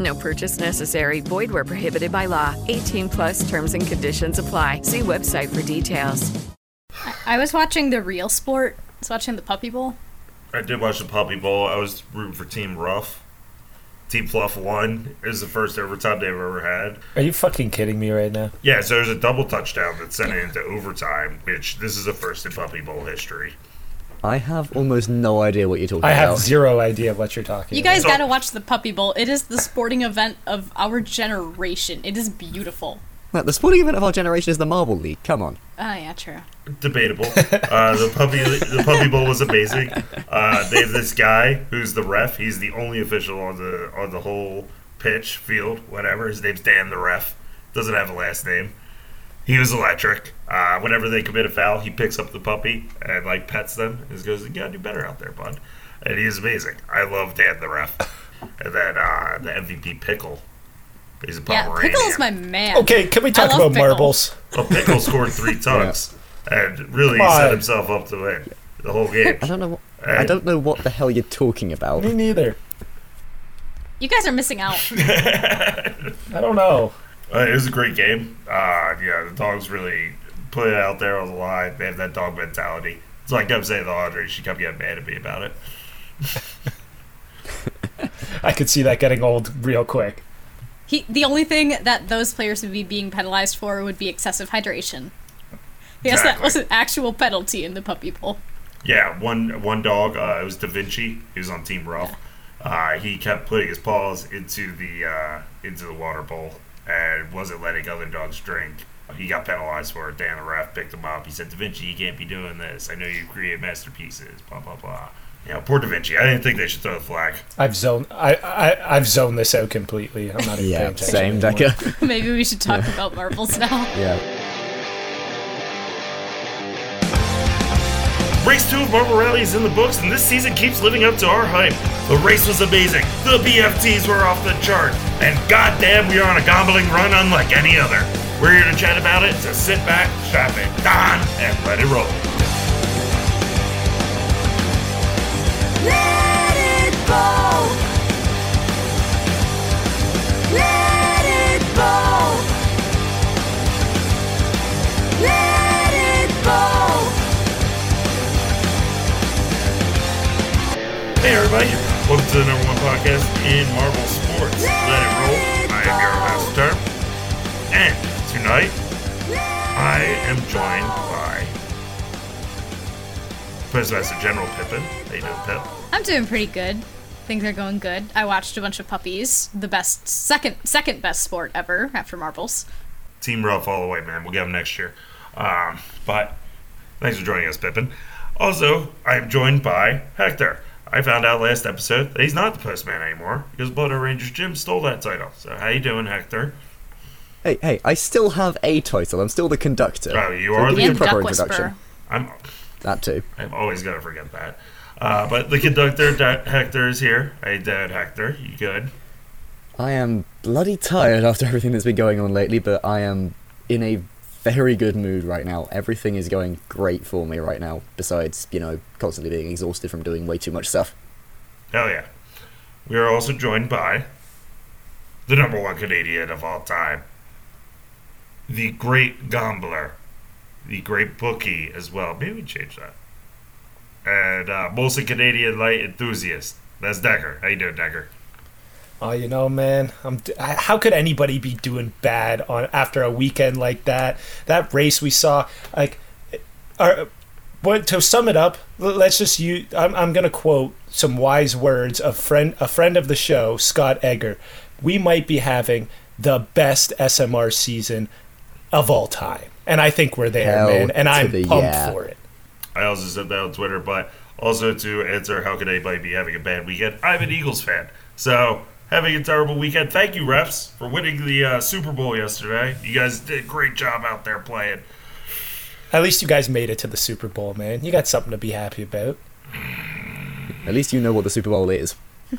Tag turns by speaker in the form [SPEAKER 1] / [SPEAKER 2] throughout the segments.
[SPEAKER 1] No purchase necessary. Void where prohibited by law. 18 plus terms and conditions apply. See website for details.
[SPEAKER 2] I was watching the real sport. I was watching the Puppy Bowl.
[SPEAKER 3] I did watch the Puppy Bowl. I was rooting for Team Rough. Team Fluff won. It was the first overtime they've ever had.
[SPEAKER 4] Are you fucking kidding me right now?
[SPEAKER 3] Yeah, so there's a double touchdown that sent it into overtime, which this is the first in Puppy Bowl history.
[SPEAKER 5] I have almost no idea what you're talking
[SPEAKER 4] I
[SPEAKER 5] about.
[SPEAKER 4] have zero idea what you're talking
[SPEAKER 2] You guys gotta watch the Puppy Bowl. It is the sporting event of our generation. It is beautiful.
[SPEAKER 5] Look, The sporting event of our generation is the Marble League. Come on.
[SPEAKER 2] Ah, yeah, true.
[SPEAKER 3] Debatable. Uh, the puppy the puppy bowl was amazing. Uh, they have this guy who's the ref. He's the only official on the on the whole pitch field, whatever. His name's Dan the ref. Doesn't have a last name. He was electric. Uh, whenever they commit a foul, he picks up the puppy and like pets them and goes, "You gotta do better out there, bud." And he is amazing. I love Dan the ref. And then uh, the MVP Pickle. He's a
[SPEAKER 2] Yeah,
[SPEAKER 3] Pomeranian.
[SPEAKER 2] Pickle's my man.
[SPEAKER 4] Okay, can we
[SPEAKER 2] I
[SPEAKER 4] talk
[SPEAKER 2] love
[SPEAKER 4] about
[SPEAKER 2] Pickle.
[SPEAKER 4] marbles?
[SPEAKER 3] Well, Pickle scored three tucks and really
[SPEAKER 4] Come on.
[SPEAKER 3] set himself up to win the whole game.
[SPEAKER 5] I don't know. What, I
[SPEAKER 3] Alright.
[SPEAKER 5] don't know what the hell you're talking about.
[SPEAKER 4] Me neither.
[SPEAKER 2] You guys are missing out.
[SPEAKER 4] I don't know.
[SPEAKER 3] Uh, it was a great game. Uh, yeah, the dogs really put it out there on the line. They have that dog mentality. It's like I'm saying to Audrey, she kept getting mad at me about it.
[SPEAKER 4] I could see that getting old real quick.
[SPEAKER 2] He, the only thing that those players would be being penalized for would be excessive hydration. Yes, that
[SPEAKER 3] Exactly.
[SPEAKER 2] was an actual penalty in the Puppy Bowl.
[SPEAKER 3] Yeah, one one dog. Uh, it was Da Vinci. He was on Team Rough. Uh, he kept putting his paws into the uh, into the water bowl and wasn't letting other dogs drink. He got penalized for it. Dan the ref picked him up. He said, "Da Vinci, you can't be doing this. I know you create masterpieces." Blah blah blah. You know, poor Da Vinci. I didn't think they should throw the flag.
[SPEAKER 4] I've zoned. I, I I've zoned this out completely. I'm not even paying
[SPEAKER 5] Yeah,
[SPEAKER 4] attention
[SPEAKER 5] same,
[SPEAKER 4] anymore.
[SPEAKER 5] Decker.
[SPEAKER 2] Maybe we should talk about marbles now.
[SPEAKER 5] yeah.
[SPEAKER 3] Race two of Marble Rally is in the books, and this season keeps living up to our hype. The race was amazing. The BFTs were off the chart, and goddamn, we are on a gambling run unlike any other. We're here to chat about it. So sit back, strap it, don, and let it roll. Hey, everybody! Welcome to the number one podcast in Marvel sports. Let it roll. I am your host, Term, and tonight I am joined by Postmaster General Pippin. How you doing, Pip?
[SPEAKER 2] I'm doing pretty good. Things are going good. I watched a bunch of puppies. The best, second, second best sport ever after marbles.
[SPEAKER 3] Team Rough all the way, man. We'll get them next year. Um, but thanks for joining us, Pippin. Also, I am joined by Hector. I found out last episode that he's not the postman anymore because Blood Rangers Jim stole that title. So how you doing, Hector?
[SPEAKER 5] Hey, hey! I still have a title. I'm still the conductor.
[SPEAKER 3] Oh, you
[SPEAKER 5] So
[SPEAKER 3] are the
[SPEAKER 5] give me a
[SPEAKER 2] And
[SPEAKER 3] Proper
[SPEAKER 2] Duck
[SPEAKER 5] introduction.
[SPEAKER 2] Whisperer.
[SPEAKER 3] I'm
[SPEAKER 5] That too.
[SPEAKER 3] I'm always gonna forget that. Uh, but the conductor Da- Hector is here. Hey, Dad, Hector, you good?
[SPEAKER 5] I am bloody tired after everything that's been going on lately, but I am in a very good mood right now. Everything is going great for me right now, besides, you know, constantly being exhausted from doing way too much stuff.
[SPEAKER 3] Hell yeah. We are also joined by the number one Canadian of all time, the great gambler, the great bookie as well. Maybe we change that. And uh, mostly Canadian light enthusiast. That's Decker. How you doing, Decker?
[SPEAKER 4] Oh, you know, man, I'm. d- I- How could anybody be doing bad on after a weekend like that? That race we saw, like All right, to sum it up, l- let's just use. I'm, I'm going to quote some wise words of friend a friend of the show, Scott Egger. We might be having the best SMR season of all time, and I think we're there,
[SPEAKER 5] Hell
[SPEAKER 4] man. And
[SPEAKER 5] to
[SPEAKER 4] I'm
[SPEAKER 5] the
[SPEAKER 4] pumped
[SPEAKER 5] yeah.
[SPEAKER 4] for it.
[SPEAKER 3] I also said that on Twitter, but also to answer how could anybody be having a bad weekend? I'm an Eagles fan, so having a terrible weekend. Thank you, refs, for winning the uh, Super Bowl yesterday. You guys did a great job out there playing.
[SPEAKER 4] At least you guys made it to the Super Bowl, man. You got something to be happy about.
[SPEAKER 5] At least you know what the Super Bowl is.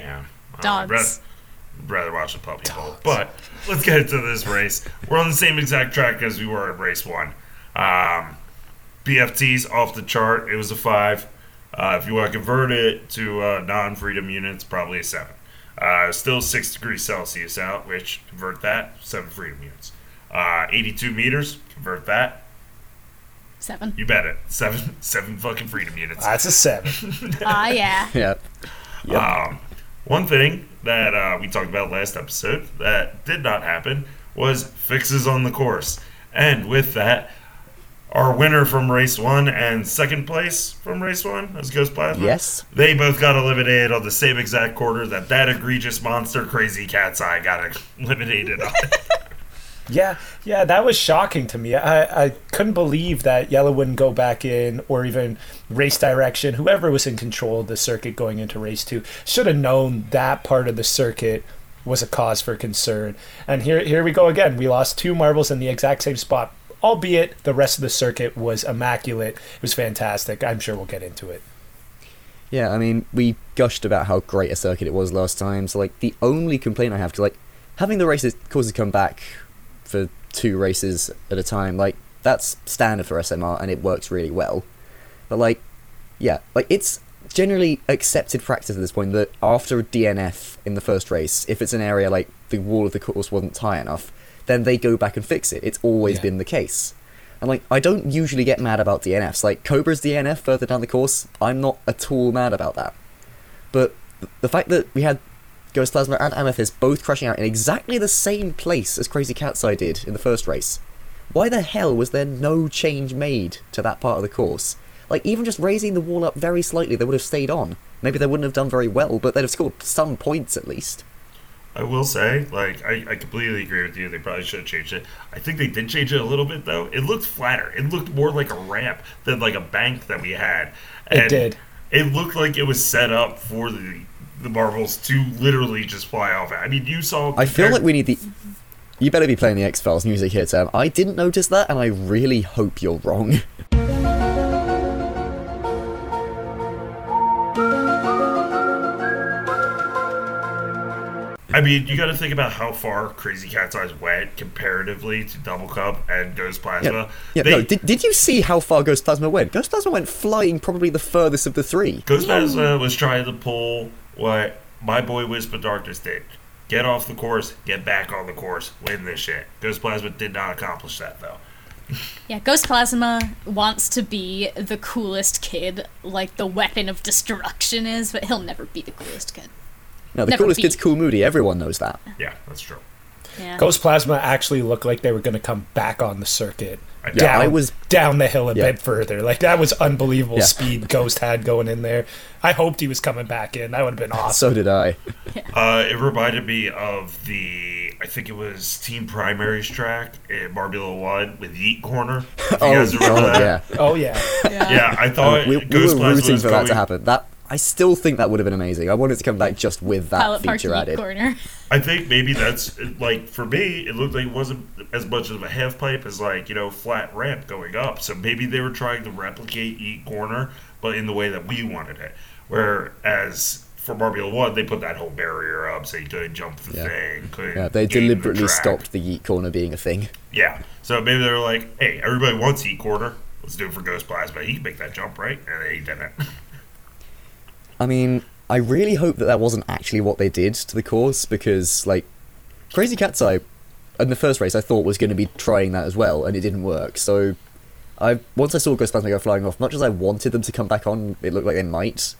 [SPEAKER 3] Yeah.
[SPEAKER 2] Dogs.
[SPEAKER 3] I'd rather watch the puppy bowl. But let's get into this race. We're on the same exact track as we were in race one. Um, BFTs off the chart. It was a five. Uh, if you want to convert it to uh, non freedom units, probably a seven. Uh, still six degrees Celsius out, which convert that, seven freedom units. Uh, 82 meters, convert that.
[SPEAKER 2] Seven.
[SPEAKER 3] You bet it. Seven, seven fucking freedom units.
[SPEAKER 4] That's a seven.
[SPEAKER 2] Ah, yeah.
[SPEAKER 5] Yeah.
[SPEAKER 3] Um, one thing that uh, we talked about last episode that did not happen was fixes on the course. And with that, our winner from race one and second place from race one as Ghost Plasma.
[SPEAKER 5] Yes.
[SPEAKER 3] They both got eliminated on the same exact quarter that that egregious monster crazy cat's eye got eliminated on.
[SPEAKER 4] Yeah, yeah, that was shocking to me. I, I couldn't believe that Yellow wouldn't go back in, or even race direction. Whoever was in control of the circuit going into race two should have known that part of the circuit was a cause for concern. And here, here we go again. We lost two marbles in the exact same spot, albeit the rest of the circuit was immaculate. It was fantastic. I'm sure we'll get into it.
[SPEAKER 5] Yeah, I mean, we gushed about how great a circuit it was last time. So, like, the only complaint I have to like having the races courses come back for two races at a time, like that's standard for SMR and it works really well. But like, yeah, like it's generally accepted practice at this point that after a DNF in the first race, if it's an area like the wall of the course wasn't high enough, then they go back and fix it. It's always
[SPEAKER 4] Yeah.
[SPEAKER 5] been the case. And like, I don't usually get mad about DNFs. Like Cobra's DNF further down the course, I'm not at all mad about that. But th- the fact that we had Ghost Plasma and Amethyst both crashing out in exactly the same place as Crazy Cat's Eye did in the first race, why the hell was there no change made to that part of the course? Like, even just raising the wall up very slightly, they would have stayed on. Maybe they wouldn't have done very well, but they'd have scored some points at least.
[SPEAKER 3] I will say, like, I, I completely agree with you. They probably should have changed it. I think they did change it a little bit, though. It looked flatter. It looked more like a ramp than like a bank that we had.
[SPEAKER 4] It did.
[SPEAKER 3] It looked like it was set up for the the marbles to literally just fly off. I mean, you saw.
[SPEAKER 5] I feel like we need the. You better be playing the X Files music here, Sam. I didn't notice that, and I really hope you're wrong.
[SPEAKER 3] I mean, you got to think about how far Crazy Cat's Eyes went comparatively to Double Cup and Ghost Plasma.
[SPEAKER 5] Yeah, yeah
[SPEAKER 3] They-
[SPEAKER 5] no, did, did you see how far Ghost Plasma went? Ghost Plasma went flying probably the furthest of the three.
[SPEAKER 3] Ghost Plasma uh, was trying to pull what my boy Wisp of Darkness did. Get off the course, get back on the course, win this shit. Ghost Plasma did not accomplish that though.
[SPEAKER 2] Yeah, Ghost Plasma wants to be the coolest kid, like the weapon of destruction is, but he'll never be the coolest kid.
[SPEAKER 5] No, the
[SPEAKER 2] Never
[SPEAKER 5] coolest
[SPEAKER 2] beat.
[SPEAKER 5] kid's Cool Moody, everyone knows that.
[SPEAKER 3] Yeah, that's true.
[SPEAKER 2] Yeah.
[SPEAKER 4] Ghost Plasma actually looked like they were going to come back on the circuit.
[SPEAKER 3] I-
[SPEAKER 5] Yeah, I was-
[SPEAKER 4] down the hill a
[SPEAKER 5] Yeah.
[SPEAKER 4] bit further. Like that was unbelievable
[SPEAKER 5] Yeah.
[SPEAKER 4] speed Ghost had going in there. I hoped he was coming back in. That would have been awesome.
[SPEAKER 5] So did I.
[SPEAKER 3] Uh, it reminded me of the I think it was Team Primaries track in Marbula One with Yeet Corner. If you guys remember that?
[SPEAKER 5] yeah. Um, Uh,
[SPEAKER 4] oh yeah,
[SPEAKER 3] Yeah, I thought
[SPEAKER 5] we, we
[SPEAKER 3] Ghost
[SPEAKER 5] were
[SPEAKER 3] Plasma
[SPEAKER 5] rooting
[SPEAKER 3] was
[SPEAKER 5] for that
[SPEAKER 3] going,
[SPEAKER 5] to happen. That I still think that would have been amazing. I wanted to come back just with that
[SPEAKER 2] Pilot Park
[SPEAKER 5] feature
[SPEAKER 2] Meat
[SPEAKER 5] added.
[SPEAKER 2] Corner.
[SPEAKER 3] I think maybe that's like for me, it looked like it wasn't as much of a half pipe as like you know flat ramp going up. So maybe they were trying to replicate E corner, but in the way that we wanted it. Whereas for Marbula One, they put that whole barrier up so you couldn't jump the
[SPEAKER 5] Yeah.
[SPEAKER 3] thing. Couldn't
[SPEAKER 5] Yeah, they
[SPEAKER 3] gain the
[SPEAKER 5] deliberately
[SPEAKER 3] track.
[SPEAKER 5] stopped the Yeet corner being a thing.
[SPEAKER 3] Yeah, so maybe they were like, "Hey, everybody wants E corner. Let's do it for Ghost Plasma. He can make that jump, right?" And they didn't.
[SPEAKER 5] I mean, I really hope that that wasn't actually what they did to the course because, like, Crazy Cat's Eye in the first race I thought was going to be trying that as well, and it didn't work. So, I once I saw Ghost Plasma go flying off, much as I wanted them to come back on, it looked like they might.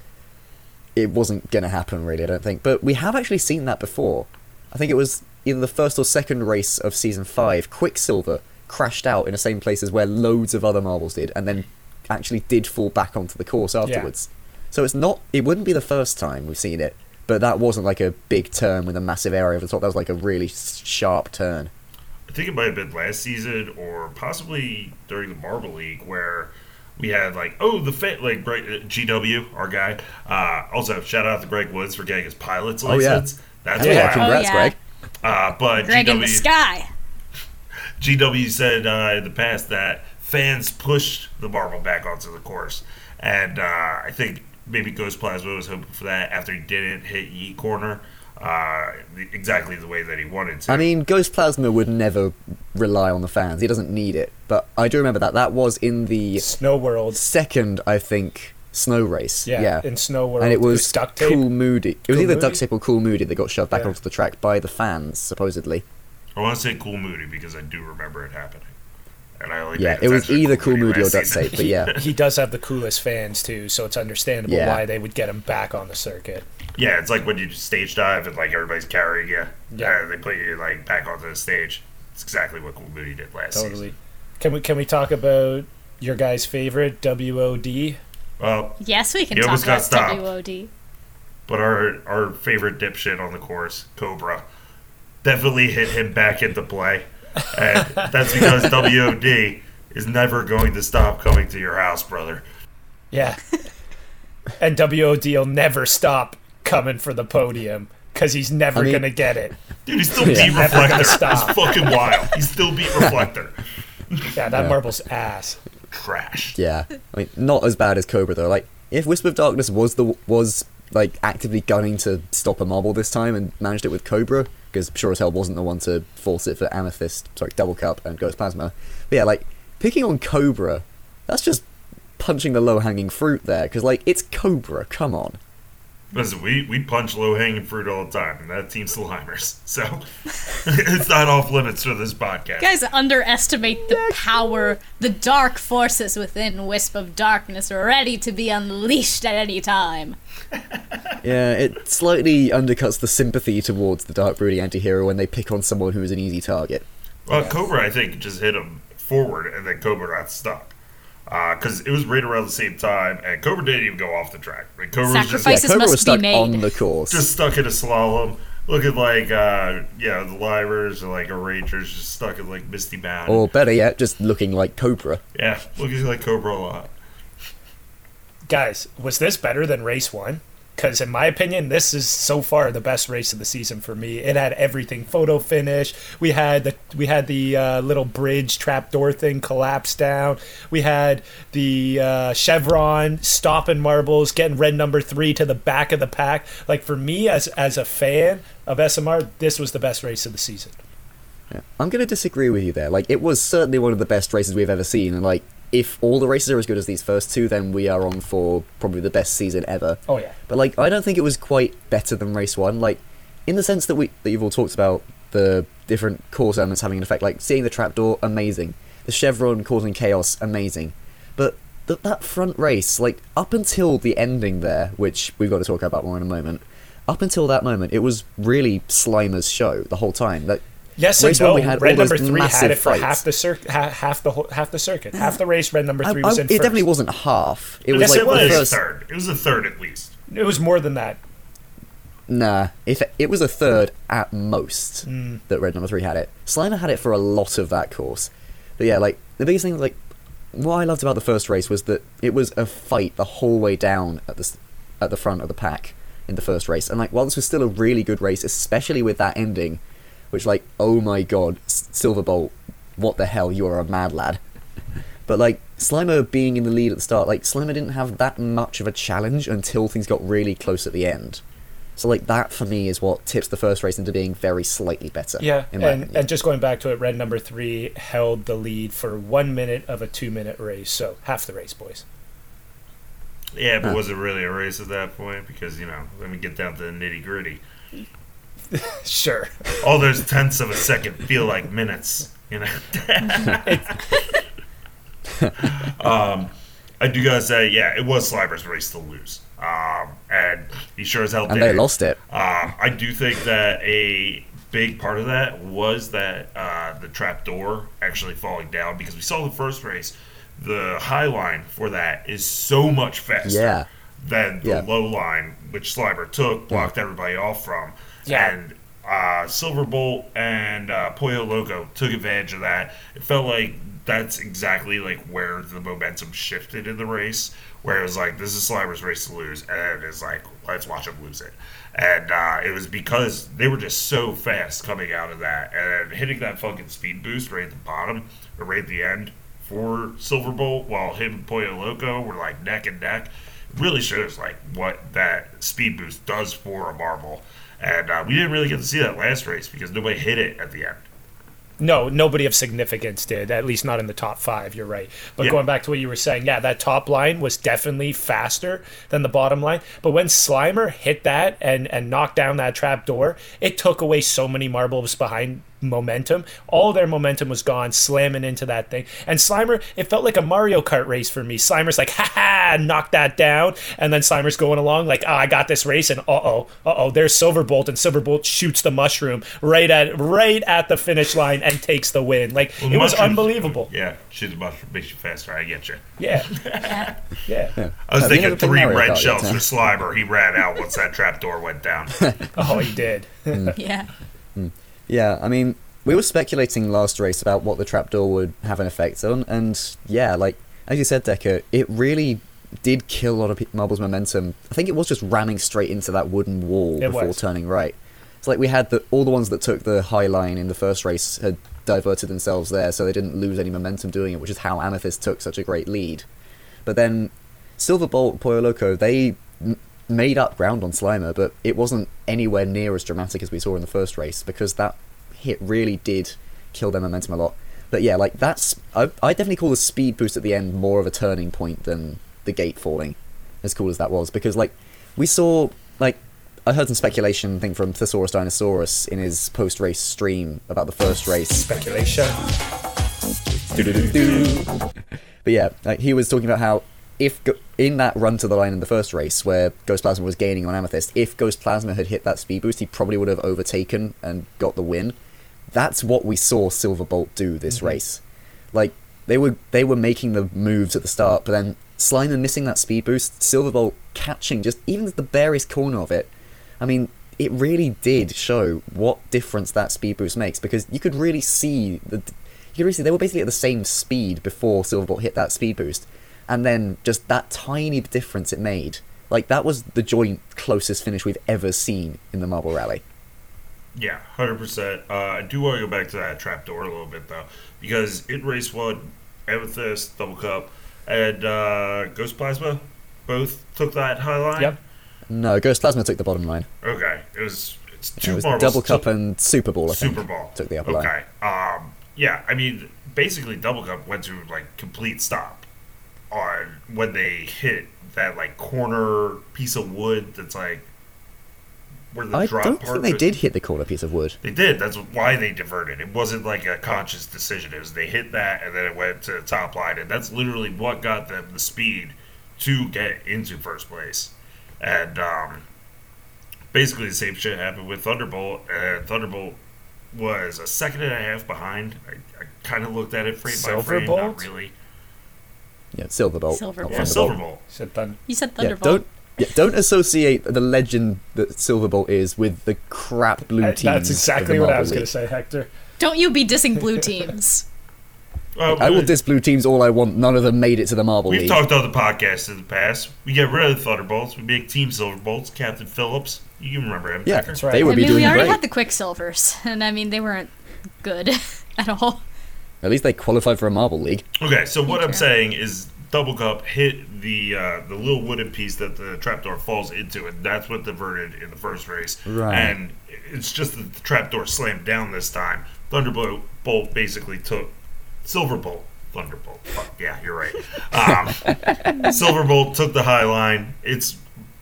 [SPEAKER 5] It wasn't going to happen, really. I don't think. But we have actually seen that before. I think it was either the first or second race of season five. Quicksilver crashed out in the same place as where loads of other marbles did, and then actually did fall back onto the course afterwards. So it's not. It wouldn't be the first time we've seen it, but that wasn't like a big turn with a massive area over the top. That was like a really s- sharp turn.
[SPEAKER 3] I think it might have been last season or possibly during the Marble League where we had like oh the fa- like right, uh, GW our guy. Uh, also shout out to Greg Woods for getting his pilot's
[SPEAKER 5] Oh, yeah.
[SPEAKER 3] license. That's
[SPEAKER 5] Hell yeah,
[SPEAKER 3] wild.
[SPEAKER 5] congrats, Oh, yeah. Greg.
[SPEAKER 3] Uh, but
[SPEAKER 2] Greg
[SPEAKER 3] GW,
[SPEAKER 2] in the sky.
[SPEAKER 3] GW said uh, in the past that fans pushed the marble back onto the course, and uh, I think maybe Ghost Plasma was hoping for that after he didn't hit Ye Corner uh, the- exactly the way that he wanted to.
[SPEAKER 5] I mean, Ghost Plasma would never rely on the fans. He doesn't need it. But I do remember that. That was in the
[SPEAKER 4] Snow World
[SPEAKER 5] second, I think, Snow Race.
[SPEAKER 4] Yeah,
[SPEAKER 5] Yeah,
[SPEAKER 4] in Snow World,
[SPEAKER 5] and
[SPEAKER 4] it
[SPEAKER 5] it
[SPEAKER 4] was
[SPEAKER 5] was,
[SPEAKER 4] duct tape.
[SPEAKER 5] Cool Moody. It was
[SPEAKER 4] Cool
[SPEAKER 5] either
[SPEAKER 4] Moody?
[SPEAKER 5] duct tape or Cool Moody that got shoved back
[SPEAKER 4] Yeah.
[SPEAKER 5] onto the track by the fans, supposedly.
[SPEAKER 3] I want to say Cool Moody because I do remember it happening, and I only
[SPEAKER 5] Yeah,
[SPEAKER 3] paid
[SPEAKER 5] it was
[SPEAKER 3] attention to
[SPEAKER 5] either Cool Moody or
[SPEAKER 3] last
[SPEAKER 5] duct
[SPEAKER 3] season.
[SPEAKER 5] tape. But yeah,
[SPEAKER 4] he does have the coolest fans too, so it's understandable
[SPEAKER 5] Yeah.
[SPEAKER 4] why they would get him back on the circuit.
[SPEAKER 3] Yeah, it's like when you stage dive and like everybody's carrying you.
[SPEAKER 4] Yeah.
[SPEAKER 3] Yeah, they put you like back onto the stage. It's exactly what Cool Moody did last season.
[SPEAKER 4] Totally. Can we can we talk about your guy's favorite WOD?
[SPEAKER 3] Well,
[SPEAKER 2] Yes, we can
[SPEAKER 3] You
[SPEAKER 2] talk
[SPEAKER 3] almost got
[SPEAKER 2] about
[SPEAKER 3] stopped.
[SPEAKER 2] WOD.
[SPEAKER 3] but our our favorite dipshit on the course, Cobra, definitely hit him back into play, and that's because WOD is never going to stop coming to your house, brother.
[SPEAKER 4] Yeah. and WOD will never stop coming for the podium because he's never
[SPEAKER 5] I mean-
[SPEAKER 4] going to get it.
[SPEAKER 3] Dude, he's still
[SPEAKER 5] Yeah.
[SPEAKER 3] beat
[SPEAKER 4] Never
[SPEAKER 3] reflector.
[SPEAKER 4] gonna stop.
[SPEAKER 3] He's fucking wild. He's still beat reflector.
[SPEAKER 4] Yeah, that marble's ass.
[SPEAKER 3] Trash.
[SPEAKER 5] yeah. I mean, not as bad as Cobra though. Like, if Whisper of Darkness was the was like actively gunning to stop a marble this time and managed it with Cobra, because sure as hell wasn't the one to force it for Amethyst, sorry, Double Cup and Ghost Plasma. But yeah, like picking on Cobra, that's just punching the low hanging fruit there. Because like it's Cobra. Come on.
[SPEAKER 3] Listen, we, we punch low hanging fruit all the time, and that team's Slimers. So it's not off limits for this podcast.
[SPEAKER 2] You guys underestimate the power, the dark forces within Wisp of Darkness are ready to be unleashed at any time.
[SPEAKER 5] Yeah, it slightly undercuts the sympathy towards the Dark Broody anti-hero when they pick on someone who is an easy target.
[SPEAKER 3] Well, Cobra, I think, just hit him forward, and then Cobra got stuck. Because it was right around the same time, and Cobra didn't even go off the track. Like, Cobra was
[SPEAKER 2] Sacrifice
[SPEAKER 3] just,
[SPEAKER 2] Choices
[SPEAKER 5] yeah, Cobra
[SPEAKER 2] must
[SPEAKER 5] was
[SPEAKER 2] be
[SPEAKER 5] stuck
[SPEAKER 2] made.
[SPEAKER 5] on the course.
[SPEAKER 3] just stuck in a slalom, looking like, uh, yeah, the Livers or like a Rangers, just stuck in like Misty Mountain.
[SPEAKER 5] Or better yet, just looking like Cobra.
[SPEAKER 3] Yeah, looking like Cobra a lot.
[SPEAKER 4] Guys, was this better than race one? Because, in my opinion, this is so far the best race of the season for me. It had everything: photo finish. We had the we had the uh, little bridge trapdoor thing collapse down. We had the uh, chevron stopping marbles, getting red number three to the back of the pack. Like for me, as as a fan of SMR, this was the best race of the season.
[SPEAKER 5] I'm going to disagree with you there. Like, it was certainly one of the best races we've ever seen. And, like, if all the races are as good as these first two, then we are on for probably the best season ever.
[SPEAKER 4] Oh, yeah.
[SPEAKER 5] But, like, I don't think it was quite better than race one. Like, in the sense that we that you've all talked about the different course elements having an effect. Like, seeing the trapdoor, amazing. The chevron causing chaos, amazing. But th- that front race, like, up until the ending there, which we've got to talk about more in a moment, up until that moment, it was really Slimer's show the whole time. Like,
[SPEAKER 4] Yes
[SPEAKER 5] Race
[SPEAKER 4] and
[SPEAKER 5] one,
[SPEAKER 4] no.
[SPEAKER 5] we had
[SPEAKER 4] red
[SPEAKER 5] all
[SPEAKER 4] number
[SPEAKER 5] those
[SPEAKER 4] three had
[SPEAKER 5] massive
[SPEAKER 4] it for half
[SPEAKER 5] fights.
[SPEAKER 4] the cir- ha- half the whole, half the circuit, half the race. Red number three
[SPEAKER 5] I-
[SPEAKER 4] was in
[SPEAKER 5] it
[SPEAKER 4] first.
[SPEAKER 5] definitely wasn't half. It was
[SPEAKER 4] Yes,
[SPEAKER 5] like
[SPEAKER 4] it was.
[SPEAKER 5] the
[SPEAKER 3] It was
[SPEAKER 5] first.
[SPEAKER 3] a third. It was a third at least.
[SPEAKER 4] It was more than that.
[SPEAKER 5] Nah, if it was a third
[SPEAKER 4] Hmm.
[SPEAKER 5] at most that Red Number Three had it. Slimer had it for a lot of that course, but yeah, like the biggest thing, like what I loved about the first race was that it was a fight the whole way down at the s- at the front of the pack in the first race, and like while this was still a really good race, especially with that ending, which like oh my god, S- Silver Bolt, what the hell, you are a mad lad. But like Slimer being in the lead at the start, like Slimer didn't have that much of a challenge until things got really close at the end. So like that for me is what tips the first race into being very slightly better.
[SPEAKER 4] Yeah,
[SPEAKER 5] in my
[SPEAKER 4] and,
[SPEAKER 5] opinion.
[SPEAKER 4] and just going back to it, red number three held the lead for one minute of a two-minute race, so half the race, boys.
[SPEAKER 3] Yeah, but was it really a race at that point? Because, you know, let me get down to the nitty gritty.
[SPEAKER 4] Sure,
[SPEAKER 3] All those tenths of a second feel like minutes, you know? um, I do gotta say, yeah, it was Slimer's race to lose. Um, and he sure as hell
[SPEAKER 5] and
[SPEAKER 3] did
[SPEAKER 5] they
[SPEAKER 3] it.
[SPEAKER 5] lost it.
[SPEAKER 3] Um, I do think that a big part of that was that uh, trap the trap door actually falling down because we saw the first race. The high line for that is so much faster
[SPEAKER 5] Yeah.
[SPEAKER 3] than the
[SPEAKER 5] Yeah.
[SPEAKER 3] low line, which Slimer took, blocked everybody off from.
[SPEAKER 4] Yeah.
[SPEAKER 3] And uh, Silverbolt and uh, Pollo Loco took advantage of that. It felt like that's exactly like where the momentum shifted in the race, where it was like this is Slimer's race to lose, and it's like let's watch him lose it. And uh, it was because they were just so fast coming out of that and hitting that fucking speed boost right at the bottom or right at the end for Silverbolt, while him and Pollo Loco were like neck and neck really shows like what that speed boost does for a marble. And uh, we didn't really get to see that last race because nobody hit it at the end.
[SPEAKER 4] No, nobody of significance did, at least not in the top five. You're right. But
[SPEAKER 3] Yeah.
[SPEAKER 4] going back to what you were saying, yeah, that top line was definitely faster than the bottom line. But when Slimer hit that and, and knocked down that trap door, it took away so many marbles behind momentum. All their momentum was gone, slamming into that thing. And Slimer, it felt like a Mario Kart race for me. Slimer's like, ha ha, knock that down. And then Slimer's going along like, ah, I got this race. And uh oh, uh oh, there's Silverbolt. And Silverbolt shoots the mushroom right at right at the finish line and takes the win. Like
[SPEAKER 3] Well,
[SPEAKER 4] it was
[SPEAKER 3] mushrooms-
[SPEAKER 4] unbelievable.
[SPEAKER 3] Yeah, she's about to make you faster. I get you.
[SPEAKER 4] Yeah. yeah.
[SPEAKER 3] I was
[SPEAKER 5] Have you never
[SPEAKER 3] thinking
[SPEAKER 5] played
[SPEAKER 3] three
[SPEAKER 5] Mario Kart
[SPEAKER 3] red
[SPEAKER 5] yet,
[SPEAKER 3] shells
[SPEAKER 5] huh?
[SPEAKER 3] for Slimer. He ran out once that trap door went down.
[SPEAKER 4] Oh, he did.
[SPEAKER 2] Yeah.
[SPEAKER 5] Yeah, I mean, we were speculating last race about what the trapdoor would have an effect on, and yeah, like as you said, Decker, it really did kill a lot of pe- Marble's momentum. I think it was just ramming straight into that wooden wall
[SPEAKER 4] It
[SPEAKER 5] before
[SPEAKER 4] was.
[SPEAKER 5] turning right. It's like we had the, all the ones that took the high line in the first race had diverted themselves there, so they didn't lose any momentum doing it, which is how Amethyst took such a great lead. But then Silverbolt, Pollo Loco, they m- made up ground on Slimer, but it wasn't anywhere near as dramatic as we saw in the first race because that hit really did kill their momentum a lot. But yeah, like that's I, I definitely call the speed boost at the end more of a turning point than the gate falling, as cool as that was. Because like we saw like I heard some speculation thing from Thesaurus Dinosaurus in his post race stream about the first race.
[SPEAKER 4] Speculation.
[SPEAKER 5] But yeah, like he was talking about how if go- in that run to the line in the first race where Ghost Plasma was gaining on Amethyst, if Ghost Plasma had hit that speed boost, he probably would have overtaken and got the win. That's what we saw Silverbolt do this race. Like they were they were making the moves at the start, but then Slimer missing that speed boost, Silverbolt catching just even the barest corner of it. I mean, it really did show what difference that speed boost makes because you could really see the. You could really see they were basically at the same speed before Silverbolt hit that speed boost, and then just that tiny difference it made. Like that was the joint closest finish we've ever seen in the Marble Rally.
[SPEAKER 3] Yeah, hundred percent. Uh, I do want to go back to that trapdoor a little bit though, because in race one, Amethyst, Double Cup, and uh, Ghost Plasma both took that high line.
[SPEAKER 4] Yep.
[SPEAKER 5] No, Ghost Plasma took the bottom line.
[SPEAKER 3] Okay, it was it's two
[SPEAKER 5] It was
[SPEAKER 3] marbles
[SPEAKER 5] Double Cup
[SPEAKER 3] took-
[SPEAKER 5] and Super Bowl. I think,
[SPEAKER 3] Super Bowl
[SPEAKER 5] took the upper line.
[SPEAKER 3] okay. Um, yeah, I mean, basically, Double Cup went to like complete stop on when they hit that like corner piece of wood that's like where the
[SPEAKER 5] I
[SPEAKER 3] drop
[SPEAKER 5] don't
[SPEAKER 3] part
[SPEAKER 5] think they
[SPEAKER 3] was-
[SPEAKER 5] did hit the corner piece of wood.
[SPEAKER 3] They did. That's why they diverted. It wasn't like a conscious decision. It was they hit that and then it went to the top line, and that's literally what got them the speed to get into first place. And um, basically, the same shit happened with Thunderbolt. Uh, Thunderbolt was a second and a half behind. I, I kind of looked at it frame by frame, not
[SPEAKER 4] Silverbolt?
[SPEAKER 3] really.
[SPEAKER 5] Yeah, Silverbolt. not
[SPEAKER 2] Silverbolt.
[SPEAKER 3] Yeah, Silverbolt.
[SPEAKER 5] Thunderbolt.
[SPEAKER 4] Said then.
[SPEAKER 2] You said
[SPEAKER 5] Yeah,
[SPEAKER 2] Thunderbolt.
[SPEAKER 5] don't yeah, don't associate the legend that Silverbolt is with the crap blue team.
[SPEAKER 4] That's exactly what I was going to say, Hector.
[SPEAKER 2] Don't you be dissing blue teams.
[SPEAKER 3] Uh,
[SPEAKER 5] I will
[SPEAKER 3] we-
[SPEAKER 5] diss blue teams all I want. None of them made it to the Marble
[SPEAKER 3] We've
[SPEAKER 5] League.
[SPEAKER 3] talked on the podcast in the past. We get rid of the Thunderbolts. We make Team Silverbolts. Captain Phillips. You remember him?
[SPEAKER 5] yeah,
[SPEAKER 3] Tucker?
[SPEAKER 4] right.
[SPEAKER 5] they
[SPEAKER 2] I
[SPEAKER 5] would be
[SPEAKER 2] mean, we
[SPEAKER 5] doing
[SPEAKER 2] already
[SPEAKER 5] great.
[SPEAKER 2] had the Quicksilvers, and I mean, they weren't good at all.
[SPEAKER 5] At least they qualified for a Marble League.
[SPEAKER 3] Okay, so what I'm saying is Double Cup hit the uh, the little wooden piece that the trapdoor falls into, and that's what diverted in the first race.
[SPEAKER 5] Right.
[SPEAKER 3] And it's just that the trapdoor slammed down this time. Thunderbolt Bolt basically took Silverbolt. Thunderbolt. Fuck, yeah, you're right. Um, Silverbolt took the high line. It's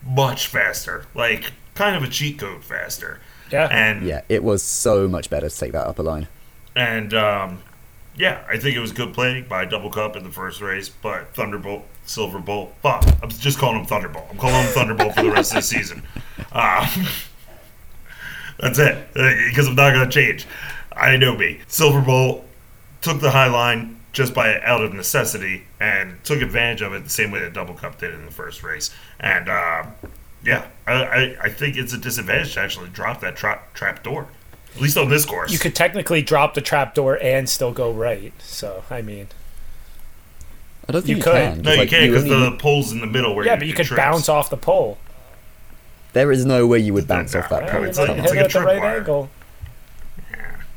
[SPEAKER 3] much faster. Like, kind of a cheat code faster.
[SPEAKER 4] Yeah.
[SPEAKER 3] And
[SPEAKER 5] Yeah, it was so much better to take that upper line.
[SPEAKER 3] and um, yeah, I think it was good play by Double Cup in the first race, but Thunderbolt, Silverbolt, fuck, I'm just calling him Thunderbolt. I'm calling him Thunderbolt for the rest of the Uh, season. Uh, that's it, because I'm not going to change. Inobi. Silverbolt took the high line just by out of necessity and took advantage of it the same way that Double Cup did in the first race. And uh, yeah, I, I, I think it's a disadvantage to actually drop that tra- trap door. At least on this course.
[SPEAKER 4] You could technically drop the trapdoor and still go right. So I mean,
[SPEAKER 5] I don't think
[SPEAKER 4] You
[SPEAKER 5] you,
[SPEAKER 4] could.
[SPEAKER 5] can.
[SPEAKER 3] no, you
[SPEAKER 5] like,
[SPEAKER 3] can't because
[SPEAKER 5] only-
[SPEAKER 3] the pole's in the middle where
[SPEAKER 4] yeah,
[SPEAKER 3] you
[SPEAKER 4] but you
[SPEAKER 3] can
[SPEAKER 4] could
[SPEAKER 3] trip.
[SPEAKER 4] bounce off the pole.
[SPEAKER 5] There is no way you would bounce off that
[SPEAKER 3] Yeah,
[SPEAKER 5] pole.
[SPEAKER 3] it's like-
[SPEAKER 4] Hit
[SPEAKER 3] it's like
[SPEAKER 4] it
[SPEAKER 3] a
[SPEAKER 4] at the
[SPEAKER 3] trip
[SPEAKER 4] right
[SPEAKER 3] wire.
[SPEAKER 4] angle.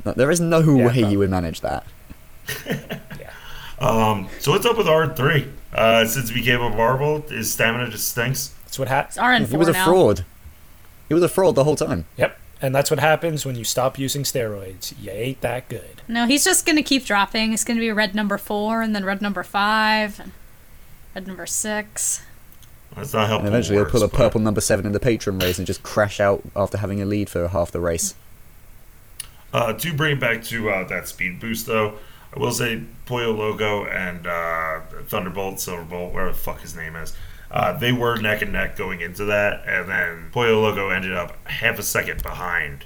[SPEAKER 5] No, there is no way
[SPEAKER 4] no.
[SPEAKER 5] you would manage that.
[SPEAKER 3] Um, so what's up with R three? Uh, since it became a marvel, his stamina just stinks.
[SPEAKER 4] That's what happens.
[SPEAKER 2] It's RN4
[SPEAKER 5] He was a
[SPEAKER 2] now.
[SPEAKER 5] fraud. He was a fraud the whole time.
[SPEAKER 4] Yep, and that's what happens when you stop using steroids. You ain't that good.
[SPEAKER 2] No, he's just gonna keep dropping. It's gonna be red number four, and then red number five, and red number six.
[SPEAKER 3] That's not helping.
[SPEAKER 5] And eventually he'll
[SPEAKER 3] worse,
[SPEAKER 5] pull a
[SPEAKER 3] but-
[SPEAKER 5] purple number seven in the patron race and just crash out after having a lead for half the race.
[SPEAKER 3] Uh, to bring it back to uh, that speed boost, though, I will say Pollo Logo and uh, Thunderbolt, Silverbolt, whatever the fuck his name is, uh, they were neck and neck going into that, and then Pollo Logo ended up half a second behind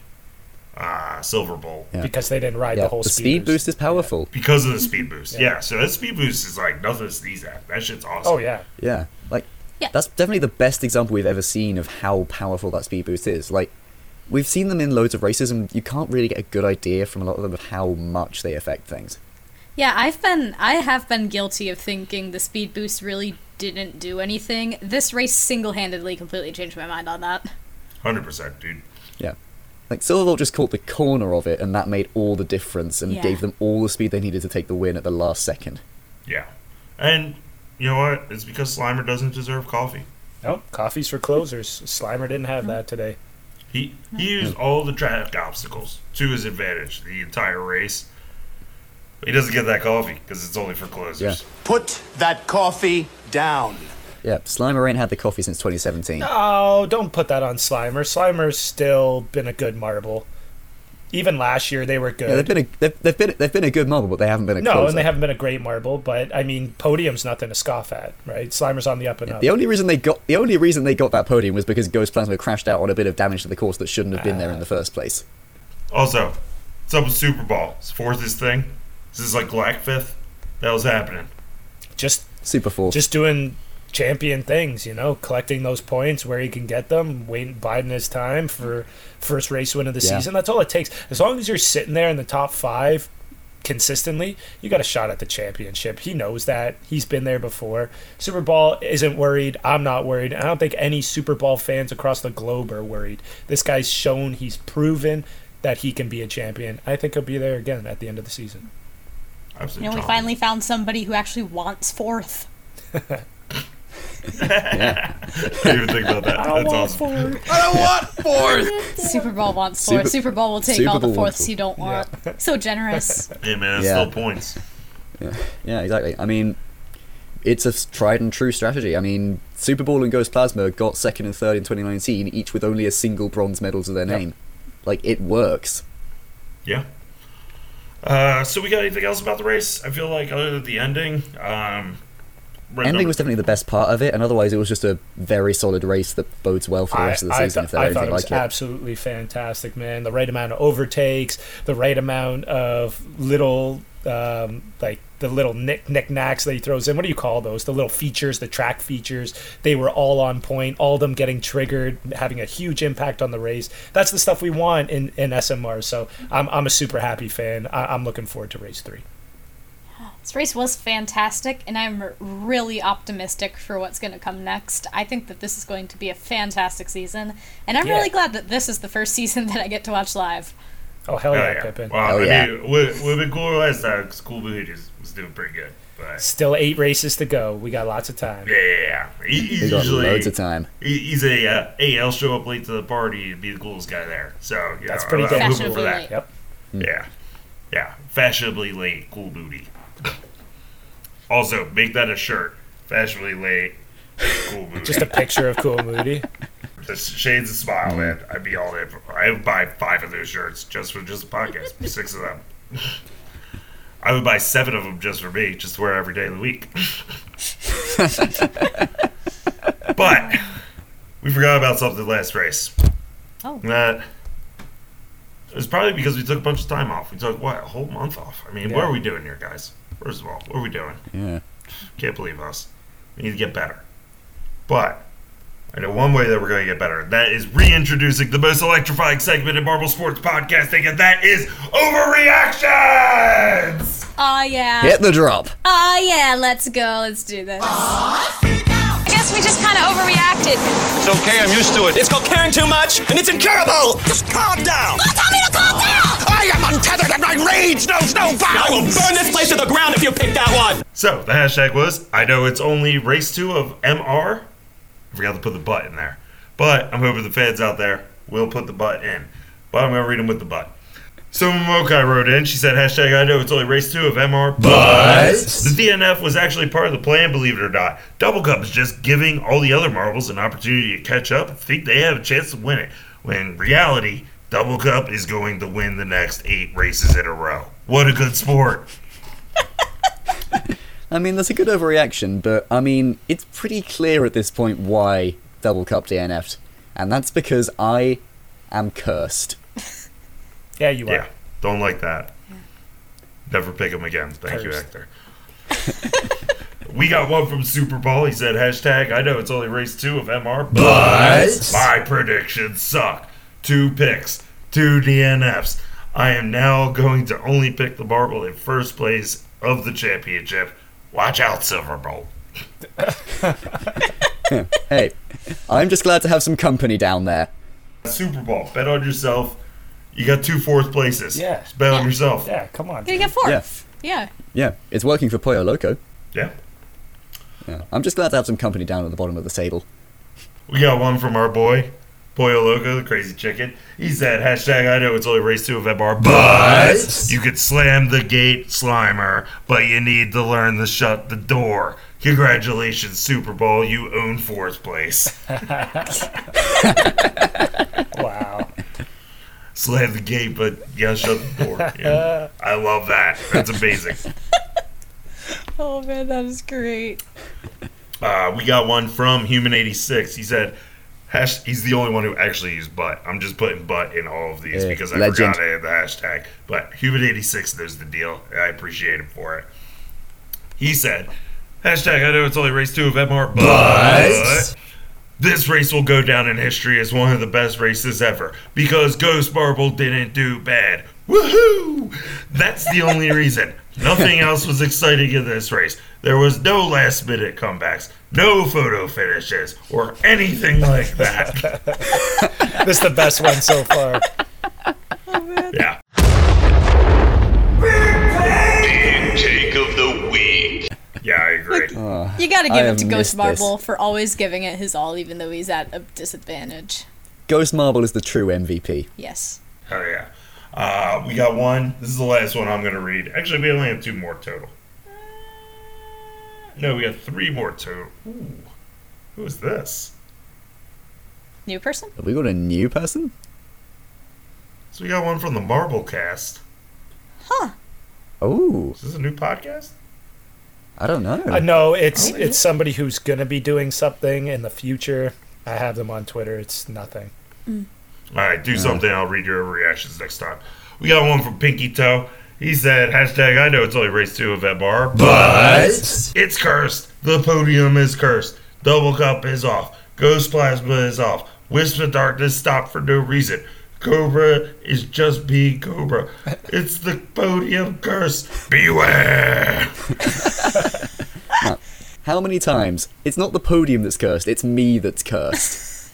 [SPEAKER 3] uh, Silverbolt
[SPEAKER 5] Yeah.
[SPEAKER 4] Because they didn't ride
[SPEAKER 5] yeah,
[SPEAKER 4] the whole
[SPEAKER 5] the speed boost is powerful.
[SPEAKER 3] because of the speed boost. Yeah. so that speed boost is like nothing to sneeze at. That shit's awesome.
[SPEAKER 4] Oh yeah,
[SPEAKER 5] Yeah, like
[SPEAKER 2] Yeah.
[SPEAKER 5] that's definitely the best example we've ever seen of how powerful that speed boost is. Like we've seen them in loads of races, and you can't really get a good idea from a lot of them of how much they affect things.
[SPEAKER 2] Yeah, I've been I have been guilty of thinking the speed boost really didn't do anything. This race single-handedly completely changed my mind on that.
[SPEAKER 3] hundred percent, dude.
[SPEAKER 5] Yeah, like Silverbolt just caught the corner of it, and that made all the difference and
[SPEAKER 2] Yeah.
[SPEAKER 5] gave them all the speed they needed to take the win at the last second.
[SPEAKER 3] Yeah, and you know what? It's because Slimer doesn't deserve coffee.
[SPEAKER 4] no coffee's for closers. Slimer didn't have that today.
[SPEAKER 3] He he used all the draft obstacles to his advantage the entire race. He doesn't get that coffee because it's only for closers.
[SPEAKER 6] Put that coffee down.
[SPEAKER 5] Yeah, Slimer ain't had the coffee since 2017.
[SPEAKER 4] Oh, don't put that on Slimer. Slimer's still been a good marble. Even last year they were good.
[SPEAKER 5] Yeah, they've been a they've, they've been they've been a good marble, but they haven't been a
[SPEAKER 4] no,
[SPEAKER 5] closer.
[SPEAKER 4] and they haven't been a great marble, but I mean, podium's nothing to scoff at, right? Slimer's on the up and up.
[SPEAKER 5] The only reason they got the only reason they got that podium was because Ghost Plasma crashed out on a bit of damage to the course that shouldn't have been there in
[SPEAKER 4] Ah.
[SPEAKER 5] the first place.
[SPEAKER 3] Also, what's up with Super Bowl? It's fourth this thing. This is like Black Fifth. That was happening.
[SPEAKER 4] just
[SPEAKER 5] Super force.
[SPEAKER 4] just doing champion things, you know, collecting those points where he can get them, waiting biding his time for first race win of the
[SPEAKER 5] Yeah.
[SPEAKER 4] season. That's all it takes. As long as you're sitting there in the top five consistently, you got a shot at the championship. He knows that. He's been there before. Super Bowl isn't worried. I'm not worried. I don't think any Super Bowl fans across the globe are worried. This guy's shown he's proven that he can be a champion. I think he'll be there again at the end of the season.
[SPEAKER 3] Absolutely.
[SPEAKER 2] You know, we finally found somebody who actually wants fourth.
[SPEAKER 3] I didn't even think about that. That's awesome.
[SPEAKER 2] Super Bowl wants
[SPEAKER 5] Super-
[SPEAKER 2] fourth. Super Bowl will take
[SPEAKER 5] Super
[SPEAKER 2] all the
[SPEAKER 5] Bowl wants
[SPEAKER 2] fourths you don't want. So generous.
[SPEAKER 3] Hey man, that's
[SPEAKER 5] Yeah.
[SPEAKER 3] still points.
[SPEAKER 5] Yeah, exactly. I mean, it's a s- tried and true strategy. I mean, Super Bowl and Ghost Plasma got second and third in 2019, each with only a single bronze medal to their name. Like it works.
[SPEAKER 3] Yeah. Uh, so we got anything else about the race? I feel like other than the ending, um, red
[SPEAKER 5] Ending
[SPEAKER 3] number-
[SPEAKER 5] was definitely the best part of it, and otherwise it was just a very solid race that bodes well for the rest of the season
[SPEAKER 4] th-
[SPEAKER 5] if they're
[SPEAKER 4] I
[SPEAKER 5] anything
[SPEAKER 4] thought it was
[SPEAKER 5] like it.
[SPEAKER 4] absolutely fantastic, man. The right amount of overtakes, the right amount of little, um, like the little knick knickknacks that he throws in. What do you call those? The little features, the track features. They were all on point. All of them getting triggered, having a huge impact on the race. That's the stuff we want in in SMR. So I'm I'm a super happy fan. I, I'm looking forward to race three.
[SPEAKER 2] This race was fantastic, and I'm really optimistic for what's going to come next. I think that this is going to be a fantastic season, and I'm
[SPEAKER 4] Yeah.
[SPEAKER 2] really glad that this is the first season that I get to watch live.
[SPEAKER 4] Oh hell
[SPEAKER 3] Oh,
[SPEAKER 4] yeah,
[SPEAKER 3] yeah.
[SPEAKER 4] Pippin!
[SPEAKER 3] Wow,
[SPEAKER 5] Oh,
[SPEAKER 3] I
[SPEAKER 5] yeah.
[SPEAKER 3] mean, we, we've been cool last time. School Booty was, was doing pretty good. But
[SPEAKER 4] Still eight races to go. We got lots of time.
[SPEAKER 3] yeah, yeah, yeah. He, he's
[SPEAKER 5] They got
[SPEAKER 3] usually
[SPEAKER 5] loads of time.
[SPEAKER 3] He, he's a uh, hey, I'll show up late to the party and be the coolest guy there. So you
[SPEAKER 4] That's
[SPEAKER 3] know,
[SPEAKER 4] pretty
[SPEAKER 3] I'm,
[SPEAKER 4] good.
[SPEAKER 3] I'm hoping for
[SPEAKER 2] Fashionably
[SPEAKER 3] that.
[SPEAKER 2] late.
[SPEAKER 4] Yep.
[SPEAKER 5] Mm-hmm.
[SPEAKER 3] Yeah, yeah, fashionably late, cool booty. also, make that a shirt. Fashionably late, cool booty.
[SPEAKER 4] Just a picture of Cool Moody.
[SPEAKER 3] The shades of smile, man. I'd be all in. for- I would buy five of those shirts just for just the podcast. six of them. I would buy seven of them just for me, just to wear every day of the week. but we forgot about something last race.
[SPEAKER 2] Oh.
[SPEAKER 3] That It was probably because we took a bunch of time off. We took what a whole month off. I mean, what
[SPEAKER 5] Yeah.
[SPEAKER 3] are we doing here, guys? First of all, what are we doing?
[SPEAKER 5] Yeah.
[SPEAKER 3] Can't believe us. We need to get better. But I know one way that we're going to get better. and That is reintroducing the most electrifying segment in Marvel Sports podcasting, and that is overreactions.
[SPEAKER 2] Oh yeah.
[SPEAKER 5] Hit the drop.
[SPEAKER 2] Oh yeah, let's go. Let's do this.
[SPEAKER 7] I guess we just kind of overreacted.
[SPEAKER 8] It's okay, I'm used to it. It's called caring too much, and it's incurable! Just calm down!
[SPEAKER 7] Don't tell me to calm down!
[SPEAKER 8] I am untethered and my rage knows no bounds! I will burn this place to the ground if you pick that one!
[SPEAKER 3] So the hashtag was I know it's only race two of MR. I forgot to put the butt in there, but I'm hoping the fans out there will put the butt in. But I'm gonna read them with the butt. So Mokai wrote in. She said, "Hashtag I know it's only race two of MR,
[SPEAKER 9] But-
[SPEAKER 3] the DNF was actually part of the plan. Believe it or not, Double Cup is just giving all the other marbles an opportunity to catch up and think they have a chance to win it. When in reality, Double Cup is going to win the next eight races in a row. What a good sport!
[SPEAKER 5] I mean, that's a good overreaction, but I mean, it's pretty clear at this point why Double Cup DNF'd, and that's because I am cursed.
[SPEAKER 4] Yeah, you
[SPEAKER 3] are. Don't like that. Never pick him again. Thank you,
[SPEAKER 4] Cursed.
[SPEAKER 3] Hector. we got one from Super Bowl. He said, hashtag, I know it's only race two of MR,
[SPEAKER 9] But-
[SPEAKER 3] my predictions suck. Two picks, two DNFs. I am now going to only pick the marble in first place of the championship. Watch out, Silver Bowl.
[SPEAKER 5] hey, I'm just glad to have some company down there.
[SPEAKER 3] Super Bowl, bet on yourself. You got two fourth places.
[SPEAKER 4] Yeah.
[SPEAKER 3] Just bet on yourself.
[SPEAKER 4] Yeah, come on.
[SPEAKER 2] Gonna get fourth.
[SPEAKER 5] Yeah.
[SPEAKER 2] yeah.
[SPEAKER 5] Yeah, it's working for Pollo Loco.
[SPEAKER 3] Yeah.
[SPEAKER 5] Yeah, I'm just glad to have some company down at the bottom of the table.
[SPEAKER 3] We got one from our boy, Boyo Loco, the crazy chicken. He said, hashtag I know it's only race two of MR, but
[SPEAKER 9] But-
[SPEAKER 3] you could slam the gate, Slimer, but you need to learn to shut the door. Congratulations, Super Bowl, you own fourth place.
[SPEAKER 4] wow.
[SPEAKER 3] Slam the gate, but you gotta shut the door. Yeah. I love that. That's amazing.
[SPEAKER 2] Oh man, that is great.
[SPEAKER 3] Uh, we got one from Human86. He said, hash, he's the only one who actually used butt. I'm just putting butt in all of these
[SPEAKER 5] Yeah,
[SPEAKER 3] because I
[SPEAKER 5] legend.
[SPEAKER 3] forgot I had the hashtag. But Human86 knows the deal. and I appreciate him for it. He said, hashtag I know it's only race two of MR, but...
[SPEAKER 9] But-
[SPEAKER 3] This race will go down in history as one of the best races ever because Ghost Marble didn't do bad. Woohoo! That's the only reason. Nothing else was exciting in this race. There was no last minute comebacks, no photo finishes, or anything like that.
[SPEAKER 4] This is the best one so far.
[SPEAKER 3] Yeah.
[SPEAKER 9] Take of the week.
[SPEAKER 3] Yeah, I agree.
[SPEAKER 2] You gotta give
[SPEAKER 5] I
[SPEAKER 2] it to
[SPEAKER 5] have
[SPEAKER 2] Ghost
[SPEAKER 5] missed
[SPEAKER 2] Marble for always giving it his all, even though he's at a disadvantage.
[SPEAKER 5] This. Ghost Marble is the true MVP.
[SPEAKER 2] Yes.
[SPEAKER 3] Hell Oh, yeah. Uh, we got one. This is the last one I'm going to read. Actually, we only have two more total. No, we got three more total. Ooh. Who is this?
[SPEAKER 2] New person?
[SPEAKER 5] Have we got a new person?
[SPEAKER 3] So we got one from the Marble Cast.
[SPEAKER 5] Oh,
[SPEAKER 3] Is this a new podcast?
[SPEAKER 5] I don't know.
[SPEAKER 4] Uh, no, it's
[SPEAKER 3] Oh,
[SPEAKER 4] it's somebody who's gonna be doing something in the future. I have them on Twitter. It's nothing.
[SPEAKER 3] All right, do something. I'll read your reactions next time. We got one from Pinky Toe. He said, hashtag, I know it's only race two of MR,
[SPEAKER 9] But-
[SPEAKER 3] it's cursed. The podium is cursed. Double Cup is off. Ghost Plasma is off. Wisp of Darkness stopped for no reason. Cobra is just being Cobra. It's the podium curse. Beware.
[SPEAKER 5] Now, How many times? It's not the podium that's cursed, it's me that's cursed.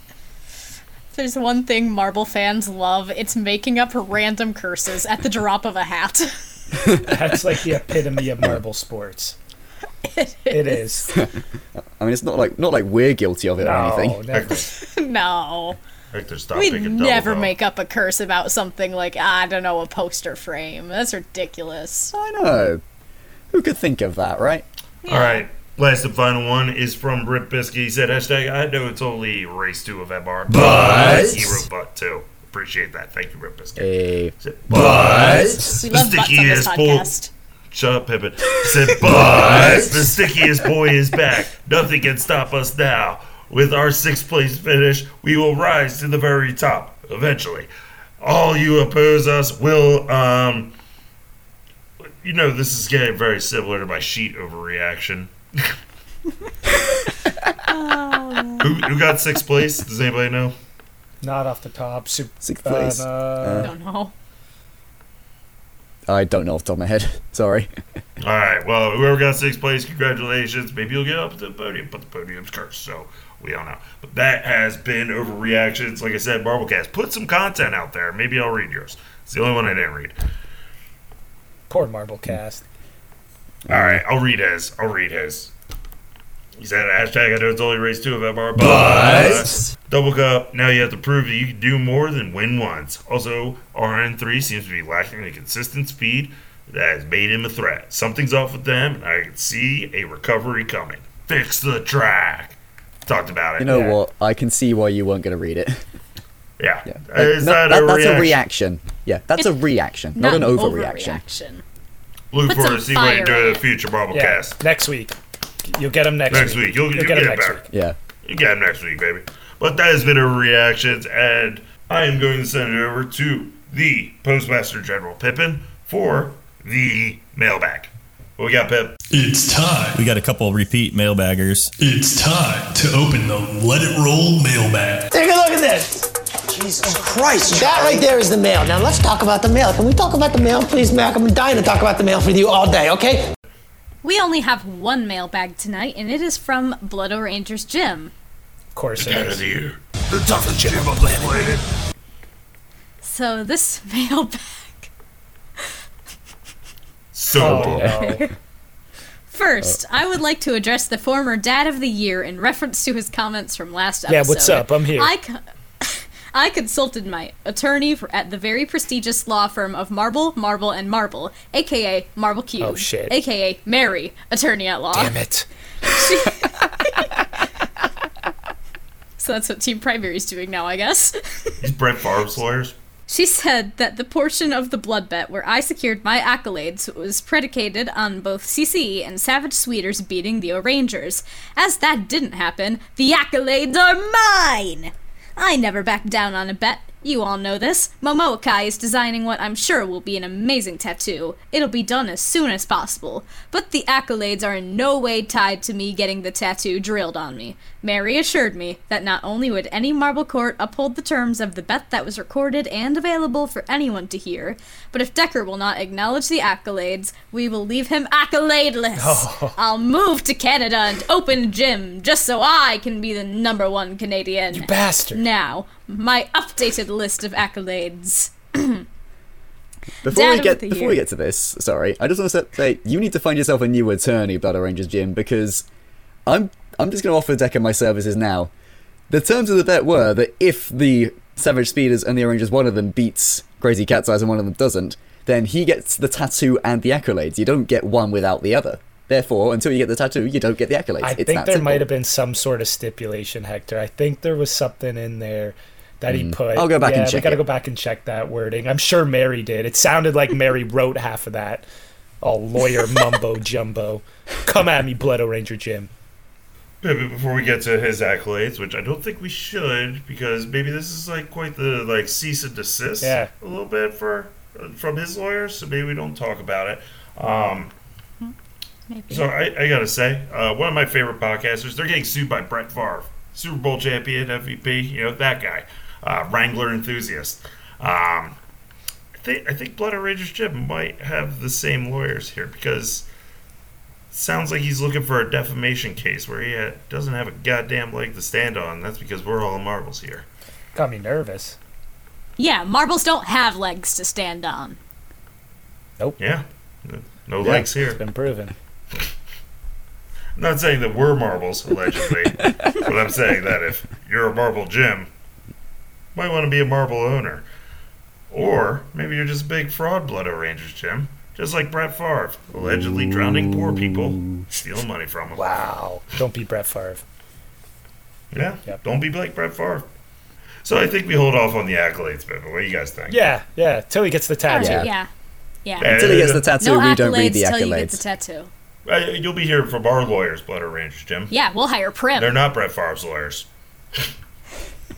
[SPEAKER 2] If there's one thing Marble fans love, it's making up random curses at the drop of a hat.
[SPEAKER 4] That's like the epitome of marble sports. It is. Oh,
[SPEAKER 5] I mean, it's not like not like we're guilty of it or anything.
[SPEAKER 2] no.
[SPEAKER 3] Hector, stop
[SPEAKER 2] We
[SPEAKER 3] picking double
[SPEAKER 2] never
[SPEAKER 3] cup.
[SPEAKER 2] make up a curse about something like, "Ah, I don't know, a poster frame. That's ridiculous.
[SPEAKER 5] I No. Who could think of that, right?
[SPEAKER 3] All right. Last and final one is from Rip Bisky. He said, hashtag, I know it's only race two of MR.
[SPEAKER 9] But-
[SPEAKER 3] He wrote but too. Appreciate that. Thank you, Rip Biscuit.
[SPEAKER 5] Hey.
[SPEAKER 9] But-
[SPEAKER 2] We love butts on this podcast.
[SPEAKER 3] Shut up, Pippin. He said, but the stickiest boy is back. Nothing can stop us now. With our sixth place finish, we will rise to the very top eventually. all you oppose us will um you know this is getting very similar to my sheet overreaction who, who got sixth place does anybody know
[SPEAKER 4] Not off the top. Super,
[SPEAKER 5] Sixth place. Uh, Don't
[SPEAKER 2] know.
[SPEAKER 5] I don't know off the top of my head. Sorry.
[SPEAKER 3] all right well whoever got sixth place congratulations maybe you'll get up to the podium but the podium's cursed so we don't know but that has been overreactions like i said marblecast put some content out there maybe i'll read yours it's the only one i didn't read
[SPEAKER 4] Poor Marble Cast.
[SPEAKER 3] All right, I'll read his. I'll read his. He said, hashtag I know it's only race two of MR, but,
[SPEAKER 9] But-
[SPEAKER 3] double cup. Now you have to prove that you can do more than win once. Also, RN3 seems to be lacking the consistent speed that has made him a threat. Something's off with them, and I can see a recovery coming. Fix the track. Talked about it.
[SPEAKER 5] You know what? I can see why you weren't going to read it.
[SPEAKER 3] Yeah.
[SPEAKER 5] Like,
[SPEAKER 3] Is
[SPEAKER 5] no,
[SPEAKER 3] that,
[SPEAKER 5] that-
[SPEAKER 3] a
[SPEAKER 5] that's
[SPEAKER 3] reaction?
[SPEAKER 5] a reaction. Yeah, that's a
[SPEAKER 2] It's
[SPEAKER 5] reaction, not, an overreaction.
[SPEAKER 3] Look
[SPEAKER 2] Put
[SPEAKER 3] forward to
[SPEAKER 2] some
[SPEAKER 3] see what
[SPEAKER 2] fire
[SPEAKER 3] you do
[SPEAKER 2] in
[SPEAKER 3] in the future, Marble
[SPEAKER 4] Yeah,
[SPEAKER 3] Cast.
[SPEAKER 4] Next week. You'll get them next,
[SPEAKER 3] Next week. You'll, you'll get,
[SPEAKER 4] them
[SPEAKER 3] it
[SPEAKER 4] next
[SPEAKER 3] back.
[SPEAKER 4] week.
[SPEAKER 5] Yeah.
[SPEAKER 3] You got him next week, baby. But that has been our reactions, and I am going to send it over to the Postmaster General Pippin for the mailbag. What we got, Pip?
[SPEAKER 10] It's time. We got a couple repeat mailbaggers. It's time to open the Let It Roll mailbag.
[SPEAKER 11] Take a look at this. Jesus Christ. That right there is the mail. Now let's talk about the mail. Can we talk about the mail, please, Mac? I'm dying to talk about the mail for you all day, okay?
[SPEAKER 2] We only have one mailbag tonight, and it is from Blood Oranger's Jim.
[SPEAKER 4] Of course
[SPEAKER 3] it is.
[SPEAKER 9] The toughest gym on the planet.
[SPEAKER 2] So this mailbag.
[SPEAKER 3] So
[SPEAKER 9] Oh,
[SPEAKER 3] long.
[SPEAKER 2] First,
[SPEAKER 5] Uh.
[SPEAKER 2] I would like to address the former Dad of the Year in reference to his comments from last episode.
[SPEAKER 4] Yeah, what's up? I'm here.
[SPEAKER 2] I, co- I consulted my attorney for, at the very prestigious law firm of Marble, Marble, and Marble, aka Marble Cube,
[SPEAKER 4] Oh, shit.
[SPEAKER 2] aka Mary, attorney at law.
[SPEAKER 4] Damn it.
[SPEAKER 2] So that's what Team Primary's doing now, I guess.
[SPEAKER 3] These Brett Favre's lawyers.
[SPEAKER 2] She said that the portion of the blood bet where I secured my accolades was predicated on both CCE and Savage Sweeters beating the O'Rangers. As that didn't happen, the accolades are mine! I never back down on a bet. You all know this. Momoakai is designing what I'm sure will be an amazing tattoo. It'll be done as soon as possible. But the accolades are in no way tied to me getting the tattoo drilled on me. Mary assured me that not only would any marble court uphold the terms of the bet that was recorded and available for anyone to hear, but if Decker will not acknowledge the accolades, we will leave him accoladeless. I'll move to Canada and open a gym just so I can be the number one Canadian. You
[SPEAKER 4] bastard.
[SPEAKER 2] Now, my updated list of accolades.
[SPEAKER 5] Before
[SPEAKER 2] Dad
[SPEAKER 5] we
[SPEAKER 2] of
[SPEAKER 5] get
[SPEAKER 2] the
[SPEAKER 5] before
[SPEAKER 2] year.
[SPEAKER 5] we get to this, sorry, I just want to say you need to find yourself a new attorney, Blood Rangers Jim, because I'm I'm just going to offer Decker my services now. The terms of the bet were that if the Savage Speeders and the Rangers, one of them beats Crazy Cat's Eyes and one of them doesn't, then he gets the tattoo and the accolades. You don't get one without the other. Therefore, until you get the tattoo, you don't get the accolades.
[SPEAKER 4] I
[SPEAKER 5] it's
[SPEAKER 4] think
[SPEAKER 5] that
[SPEAKER 4] there
[SPEAKER 5] simple.
[SPEAKER 4] might have been some sort of stipulation, Hector. I think there was something in there that he
[SPEAKER 5] Mm.
[SPEAKER 4] put.
[SPEAKER 5] I'll go back
[SPEAKER 4] yeah,
[SPEAKER 5] and
[SPEAKER 4] We
[SPEAKER 5] check
[SPEAKER 4] gotta
[SPEAKER 5] it.
[SPEAKER 4] go back and check that wording. I'm sure Mary did. It sounded like Mary wrote half of that. All lawyer mumbo jumbo. Come at me, Blood Oranger Jim.
[SPEAKER 3] Maybe before we get to his accolades, which I don't think we should, because maybe this is like quite the like cease and desist
[SPEAKER 4] Yeah.
[SPEAKER 3] a little bit for from his lawyers, so maybe we don't talk about it. Um,
[SPEAKER 2] Maybe.
[SPEAKER 3] So I, I gotta say, uh, one of my favorite podcasters, they're getting sued by Brett Favre, Super Bowl champion, MVP, you know that guy, uh, Wrangler enthusiast. Um, I think I think Blood Rangers Jim might have the same lawyers here because it sounds like he's looking for a defamation case where he uh, doesn't have a goddamn leg to stand on. That's because we're all marbles here.
[SPEAKER 4] Got me nervous.
[SPEAKER 2] Yeah, marbles don't have legs to stand on.
[SPEAKER 4] Nope.
[SPEAKER 3] Yeah. No
[SPEAKER 4] Yeah,
[SPEAKER 3] legs here.
[SPEAKER 4] It's been proven.
[SPEAKER 3] I'm not saying that we're marbles allegedly, but I'm saying that if you're a marble gym, might want to be a marble owner, or maybe you're just a big fraud blood Rangers gym, just like Brett Favre, allegedly drowning poor people, stealing money from them.
[SPEAKER 4] Wow. Don't be Brett Favre.
[SPEAKER 3] Yeah. Don't be like Brett Favre. So I think we hold off on the accolades, but what do you guys think?
[SPEAKER 4] Yeah, yeah. Till he gets the tattoo.
[SPEAKER 2] Yeah. yeah.
[SPEAKER 3] Until he gets the tattoo,
[SPEAKER 2] no
[SPEAKER 3] we don't read the
[SPEAKER 2] accolades till you get
[SPEAKER 3] accolades.
[SPEAKER 2] the tattoo.
[SPEAKER 3] Uh, You'll be hearing from our lawyers, blood Rangers Jim.
[SPEAKER 2] Yeah, we'll hire Prim.
[SPEAKER 3] They're not Brett Favre's lawyers.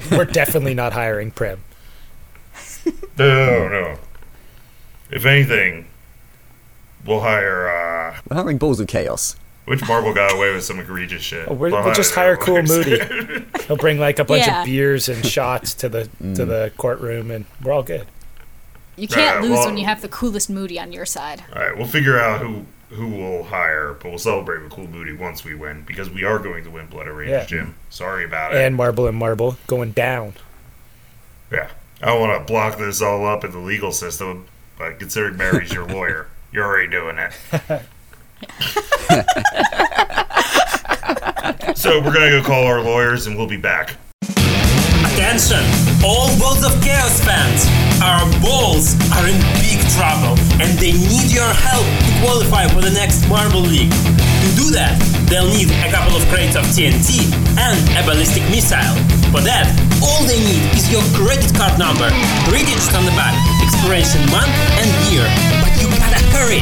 [SPEAKER 4] We're definitely not hiring Prim.
[SPEAKER 3] No, no, no. If anything, we'll hire. Uh,
[SPEAKER 5] We're hiring balls of chaos.
[SPEAKER 3] which Marvel got away with some egregious shit?
[SPEAKER 4] Oh, we're,
[SPEAKER 3] We'll
[SPEAKER 4] we'll just
[SPEAKER 3] hire
[SPEAKER 4] hire
[SPEAKER 3] the
[SPEAKER 4] Cool
[SPEAKER 3] lawyers.
[SPEAKER 4] Moody. He'll bring like a bunch
[SPEAKER 2] Yeah.
[SPEAKER 4] of beers and shots to the to
[SPEAKER 5] Mm.
[SPEAKER 4] the courtroom, and we're all good.
[SPEAKER 12] You
[SPEAKER 3] Uh,
[SPEAKER 12] can't lose
[SPEAKER 3] well-
[SPEAKER 12] when you have the coolest Moody on your side.
[SPEAKER 3] All right, we'll figure out who who we'll hire, but we'll celebrate with Cool Moody once we win because we are going to win Blood Arrange
[SPEAKER 4] Yeah.
[SPEAKER 3] Jim. Sorry about it.
[SPEAKER 4] And marble and marble going down.
[SPEAKER 3] Yeah, I don't want to block this all up in the legal system, but considering Mary's your lawyer, you're already doing it. so we're gonna go call our lawyers, and we'll be back.
[SPEAKER 13] Attention! All Balls of Chaos fans! Our balls are in big trouble and they need your help to qualify for the next Marvel League. To do that, they'll need a couple of crates of TNT and a ballistic missile. For that, all they need is your credit card number, three digits on the back, expiration month and year. But you gotta hurry!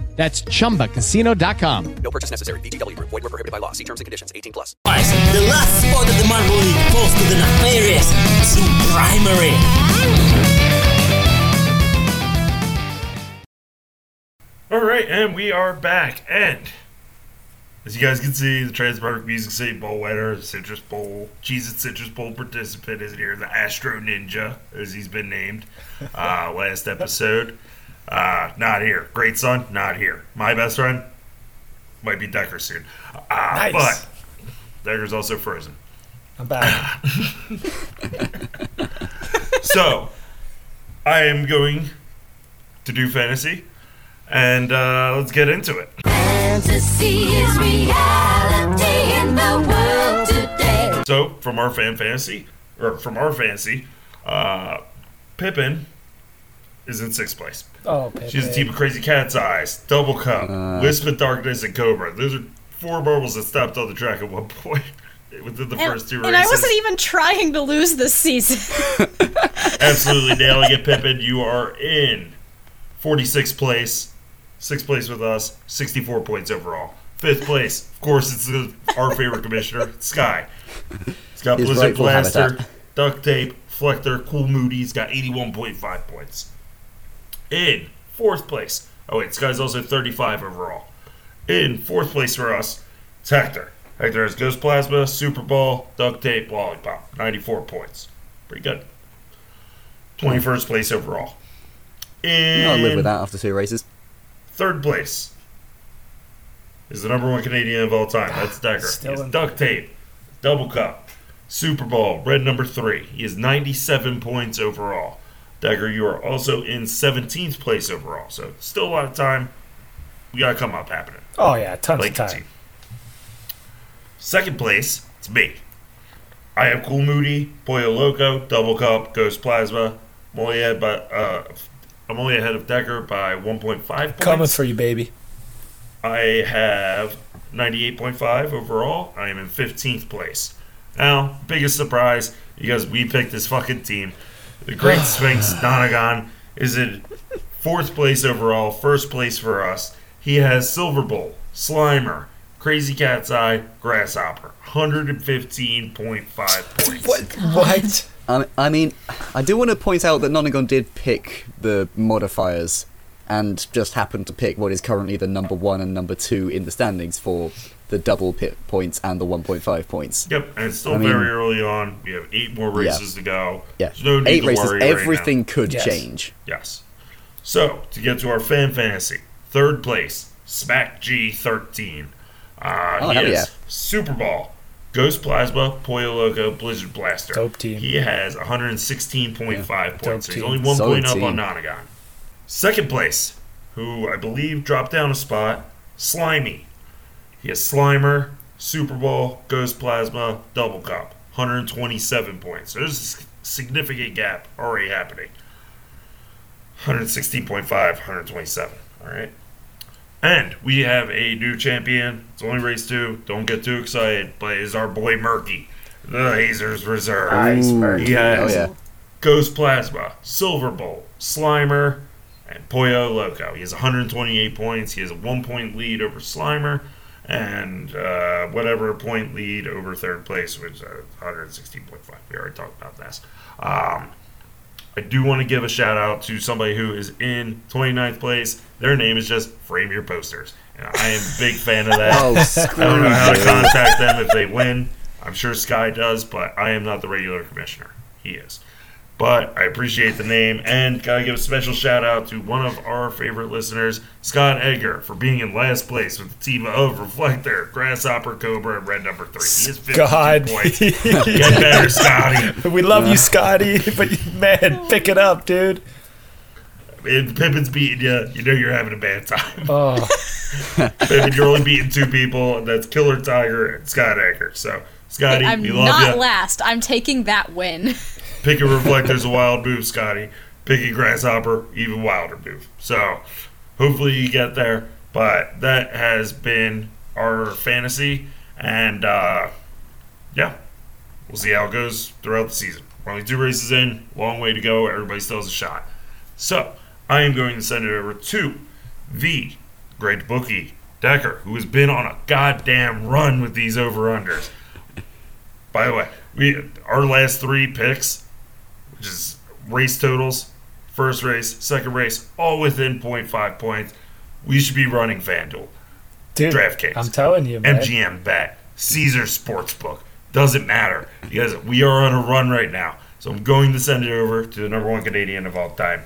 [SPEAKER 14] That's chumbacasino.com.
[SPEAKER 8] No purchase necessary. VGW Group. Void were prohibited by law. See terms and conditions. 18 plus.
[SPEAKER 13] Guys, the last spot of the Marvel League falls to the nefarious Zoo Primary.
[SPEAKER 3] All right, and we are back. And as you guys can see, the Transpark Music City Bowl winner, Citrus Bowl, Jesus Citrus Bowl participant is here, the Astro Ninja, as he's been named uh, last episode. Uh, not here. Great son, not here. My best friend might be Decker soon. Uh,
[SPEAKER 4] Nice.
[SPEAKER 3] But Decker's also frozen.
[SPEAKER 4] I'm
[SPEAKER 3] Ah,
[SPEAKER 4] back.
[SPEAKER 3] so I am going to do fantasy, and uh, let's get into it.
[SPEAKER 7] Fantasy is reality in the world today.
[SPEAKER 3] So, from our fan fantasy, or from our fantasy, uh, Pippin is in sixth place.
[SPEAKER 4] Oh,
[SPEAKER 3] She's a
[SPEAKER 4] Pippin.
[SPEAKER 3] team of Crazy Cat's Eyes, Double Cup, Wisp of Darkness, and Cobra. Those are four marbles that stopped on the track at one point within the
[SPEAKER 2] and,
[SPEAKER 3] first two races.
[SPEAKER 2] and I wasn't even trying to lose this season.
[SPEAKER 3] Absolutely nailing it, Pippin. You are in 46th place, sixth place with us, 64 points overall. Fifth place, of course, it's the, our favorite commissioner, Sky. He's got
[SPEAKER 5] His
[SPEAKER 3] Blizzard
[SPEAKER 5] rightful
[SPEAKER 3] Blaster,
[SPEAKER 5] habitat.
[SPEAKER 3] Duct Tape, Flector, Cool Moody. He's got 81.5 points. In fourth place, oh wait, Sky's also 35 overall. In fourth place for us, it's Hector. Hector has Ghost Plasma, Super Ball, Duct Tape, Lollipop. 94 points. Pretty good. 21st place overall. In
[SPEAKER 5] I'll live with that after two races.
[SPEAKER 3] Third place is the number one Canadian of all time. That's Decker. He
[SPEAKER 4] Still
[SPEAKER 3] has
[SPEAKER 4] in-
[SPEAKER 3] duct tape, double cup, Super Bowl, red number three. He has 97 points overall. Decker, you are also in 17th place overall. So still a lot of time. We got to come up happening.
[SPEAKER 4] Oh yeah, tons
[SPEAKER 3] Like
[SPEAKER 4] of time.
[SPEAKER 3] team. Second place, it's me. I have Cool Moody, Pollo Loco, Double Cup, Ghost Plasma. I'm only ahead by, uh, I'm only ahead of Decker by 1.5 points.
[SPEAKER 4] Coming for you, baby.
[SPEAKER 3] I have 98.5 overall. I am in 15th place. Now, biggest surprise, you guys, we picked this fucking team. The Great Sphinx, Nonagon, is in fourth place overall, first place for us. He has Silver Bowl, Slimer, Crazy Cat's Eye, Grasshopper. 115.5 points.
[SPEAKER 4] What?
[SPEAKER 5] I, I mean, I do want to point out that Nonagon did pick the modifiers and just happened to pick what is currently the number one and number two in the standings for the double pit points and the 1.5 points.
[SPEAKER 3] Yep, and it's still
[SPEAKER 5] I mean-
[SPEAKER 3] very early on. We have eight more
[SPEAKER 5] Yeah.
[SPEAKER 3] races to go.
[SPEAKER 5] Yeah.
[SPEAKER 3] There's no need
[SPEAKER 5] Eight
[SPEAKER 3] to
[SPEAKER 5] races,
[SPEAKER 3] worry right now.
[SPEAKER 5] everything could Yes. change.
[SPEAKER 3] Yes. So, to get to our fan fantasy, third place, Smack G13. Uh,
[SPEAKER 5] Oh,
[SPEAKER 3] he
[SPEAKER 5] hell
[SPEAKER 3] has
[SPEAKER 5] yeah.
[SPEAKER 3] Super Bowl, Ghost Plasma, Pollo Loco, Blizzard Blaster.
[SPEAKER 4] Dope team.
[SPEAKER 3] He has 116.5
[SPEAKER 4] Dope
[SPEAKER 3] points. So he's
[SPEAKER 4] team.
[SPEAKER 3] only one
[SPEAKER 4] Solid
[SPEAKER 3] point up on
[SPEAKER 4] team.
[SPEAKER 3] Nonagon. Second place, who I believe dropped down a spot, Slimy. He has Slimer, Super Bowl, Ghost Plasma, Double Cup. 127 points. So there's a s- significant gap already happening. 116.5, 127. All right. And we have a new champion. It's only race two. Don't get too excited. But it's our boy Murky, the Hazers Reserve.
[SPEAKER 5] Nice, Murky.
[SPEAKER 3] He has
[SPEAKER 5] Oh, yeah.
[SPEAKER 3] Ghost Plasma, Silver Bowl, Slimer, and Pollo Loco. He has 128 points. He has a one point lead over Slimer, and uh, whatever point lead over third place, which is uh, 116.5. We already talked about this. Um, I do want to give a shout out to somebody who is in 29th place. Their name is just Frame Your Posters. And I am a big fan of that.
[SPEAKER 5] Oh,
[SPEAKER 3] I don't know how to
[SPEAKER 5] screw you.
[SPEAKER 3] contact them if they win. I'm sure Sky does, but I am not the regular commissioner. He is. But I appreciate the name and gotta give a special shout out to one of our favorite listeners, Scott Edgar, for being in last place with the team of Reflector, Grasshopper, Cobra, and Red Number Three. He is 52
[SPEAKER 4] God.
[SPEAKER 3] points. Get better, Scotty.
[SPEAKER 4] We love you, Scotty, but man, pick it up, dude.
[SPEAKER 3] If Pippin's beating you, you know you're having a bad time. Oh. Pippin, you're only beating two people, and that's Killer Tiger and Scott Edgar. So, Scotty,
[SPEAKER 2] I'm
[SPEAKER 3] we love
[SPEAKER 2] not
[SPEAKER 3] you.
[SPEAKER 2] last. I'm taking that win.
[SPEAKER 3] Pick a Reflector's a wild move, Scotty. Pick a Grasshopper, even wilder move. So, hopefully you get there. But that has been our fantasy. And, uh, yeah, we'll see how it goes throughout the season. We're only two races in, long way to go. Everybody still has a shot. So I am going to send it over to the great bookie Decker, who has been on a goddamn run with these over unders. By the way, we our last three picks, which is race totals, first race, second race, all within 0.5 points. We should be running FanDuel,
[SPEAKER 4] Dude,
[SPEAKER 3] DraftKings,
[SPEAKER 4] I'm telling you, man.
[SPEAKER 3] MGM Bet, Caesar Sportsbook. Doesn't matter because we are on a run right now. So I'm going to send it over to the number one Canadian of all time.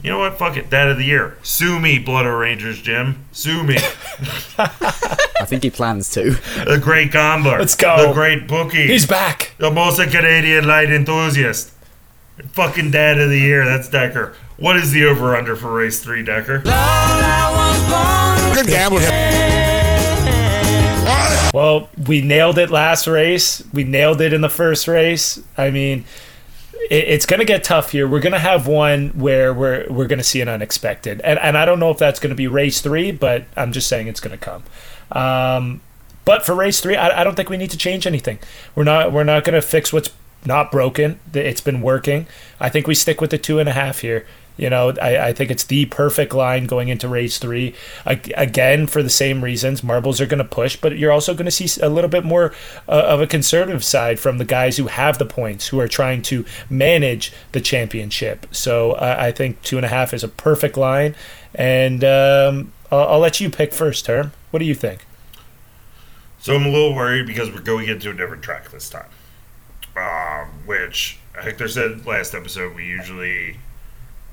[SPEAKER 3] You know what? Fuck it. Dad of the year. Sue me, Blood Rangers, Jim. Sue me.
[SPEAKER 5] I think he plans to.
[SPEAKER 3] The great gambler.
[SPEAKER 5] Let's go.
[SPEAKER 3] The great bookie.
[SPEAKER 5] He's
[SPEAKER 4] back.
[SPEAKER 3] The most Canadian light enthusiast. Fucking dad of the year. That's Decker. What is the over under for race three, Decker?
[SPEAKER 9] Good gambler.
[SPEAKER 4] Well, we nailed it last race. We nailed it in the first race. I mean, it, it's going to get tough here. We're going to have one where we're we're going to see an unexpected, and and I don't know if that's going to be race three, but I'm just saying it's going to come. Um, but for race three, I, I don't think we need to change anything. We're not we're not going to fix what's not broken. Th- It's been working. I think we stick with the two and a half here. You know, I, I think it's the perfect line going into race three. A- again, for the same reasons, marbles are going to push, but you're also going to see s- a little bit more uh, of a conservative side from the guys who have the points, who are trying to manage the championship. So uh, I think two and a half is a perfect line. And um, I'll, I'll let you pick first, Term. What do you think?
[SPEAKER 3] So I'm a little worried because we're going into a different track this time. Um, which Hector said last episode, we usually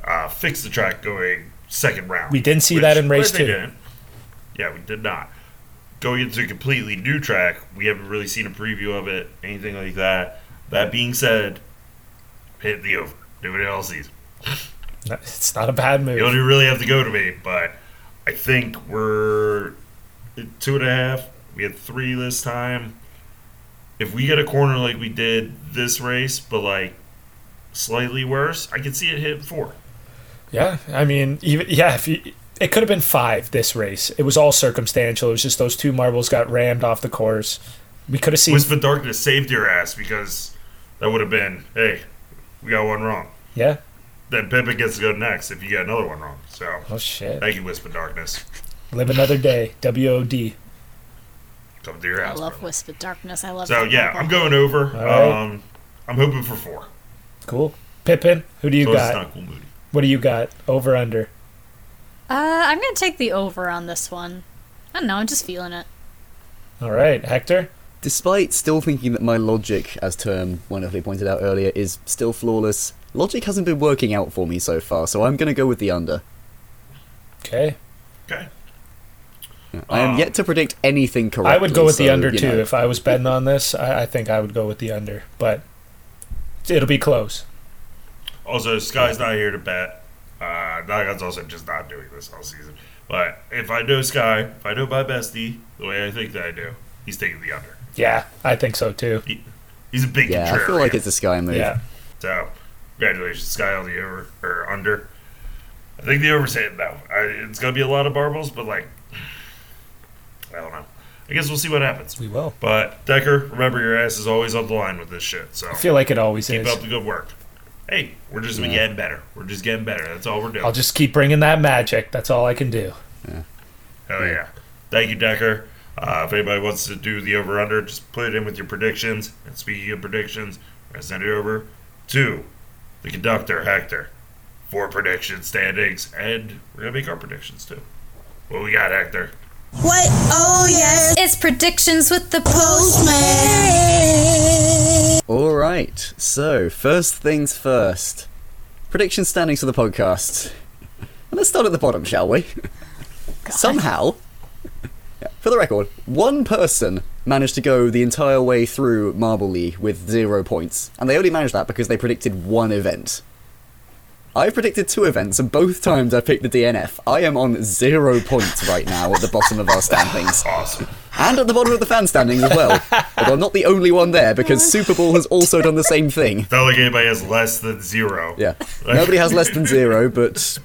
[SPEAKER 3] uh, fix the track going second round.
[SPEAKER 4] We didn't see
[SPEAKER 3] Which-
[SPEAKER 4] that in race
[SPEAKER 3] but they
[SPEAKER 4] two.
[SPEAKER 3] didn't. Yeah, we did not. Going into a completely new track, we haven't really seen a preview of it, anything like that. That being said, hit the over. Do it all season.
[SPEAKER 4] It's not a bad move.
[SPEAKER 3] You only really have to go to me, but I think we're at two and a half. We had three this time. If we get a corner like we did this race, but like slightly worse, I could see it hit four.
[SPEAKER 4] Yeah, I mean, even yeah, if you, it could have been five this race. It was all circumstantial. It was just those two marbles got rammed off the course. We could have seen.
[SPEAKER 3] Wisp of Darkness saved your ass because that would have been, hey, we got one wrong.
[SPEAKER 4] Yeah.
[SPEAKER 3] Then Pippin gets to go next if you get another one wrong. So
[SPEAKER 4] Oh shit!
[SPEAKER 3] thank you, Wisp of Darkness.
[SPEAKER 4] Live another day. W O D.
[SPEAKER 3] Come to your
[SPEAKER 12] I
[SPEAKER 3] house.
[SPEAKER 12] love Wisp of Darkness. I love
[SPEAKER 3] So
[SPEAKER 12] that
[SPEAKER 3] yeah,
[SPEAKER 12] album.
[SPEAKER 3] I'm going over.
[SPEAKER 4] All right.
[SPEAKER 3] Um, I'm hoping for four.
[SPEAKER 4] Cool. Pippin, who do you
[SPEAKER 3] So it's
[SPEAKER 4] got?
[SPEAKER 3] not cool Moody.
[SPEAKER 4] What do you got? Over under.
[SPEAKER 12] Uh, I'm gonna take the over on this one. I don't know. I'm just feeling it.
[SPEAKER 4] All right, Hector.
[SPEAKER 5] Despite still thinking that my logic, as term wonderfully pointed out earlier, is still flawless, logic hasn't been working out for me so far, so I'm going to go with the under.
[SPEAKER 4] Okay.
[SPEAKER 3] Okay.
[SPEAKER 5] I
[SPEAKER 3] Ah.
[SPEAKER 5] am yet to predict anything correctly.
[SPEAKER 4] I would go with the
[SPEAKER 5] so,
[SPEAKER 4] under
[SPEAKER 5] you
[SPEAKER 4] too
[SPEAKER 5] know.
[SPEAKER 4] if I was betting on this. I, I think I would go with the under, but it'll be close.
[SPEAKER 3] Also, Sky's not here to bet. Uh, Nagon's also just not doing this all season. But if I know Sky, if I know my bestie, the way I think that I do, he's taking the under.
[SPEAKER 4] Yeah, I think so too.
[SPEAKER 3] He's a big
[SPEAKER 5] Yeah, I feel
[SPEAKER 3] contrarian.
[SPEAKER 5] like it's a sky move.
[SPEAKER 4] Yeah.
[SPEAKER 3] So, congratulations, Sky, on the over or under. I think the over's hitting though. I, it's gonna be a lot of marbles, but like I don't know. I guess we'll see what happens.
[SPEAKER 4] We will.
[SPEAKER 3] But Decker, remember your ass is always on the line with this shit. So
[SPEAKER 4] I feel like it always
[SPEAKER 3] keep
[SPEAKER 4] is.
[SPEAKER 3] up the good work. Hey, we're just
[SPEAKER 4] Yeah.
[SPEAKER 3] getting better. We're just getting better. That's all we're doing.
[SPEAKER 4] I'll just keep bringing that magic. That's all I can do.
[SPEAKER 3] Hell yeah. Thank you, Decker. Uh, if anybody wants to do the over under, just put it in with your predictions. And speaking of predictions, I send it over to the conductor, Hector, for prediction standings. And we're going to make our predictions too. What we got, Hector?
[SPEAKER 12] What? Oh, yes. It's predictions with the postman.
[SPEAKER 5] All right. So first things first. Prediction standings for the podcast. And let's start at the bottom, shall we? Somehow, yeah, for the record, one person managed to go the entire way through Marble League with zero points, and they only managed that because they predicted one event. I've predicted two events, and both times I picked the DNF. I am on zero points right now at the bottom of our standings.
[SPEAKER 3] Awesome.
[SPEAKER 5] And at the bottom of the fan standings as well. Although I'm not the only one there, because Super Bowl has also done the same thing.
[SPEAKER 3] Felt like anybody has less than zero.
[SPEAKER 5] Yeah. Nobody has less than zero, but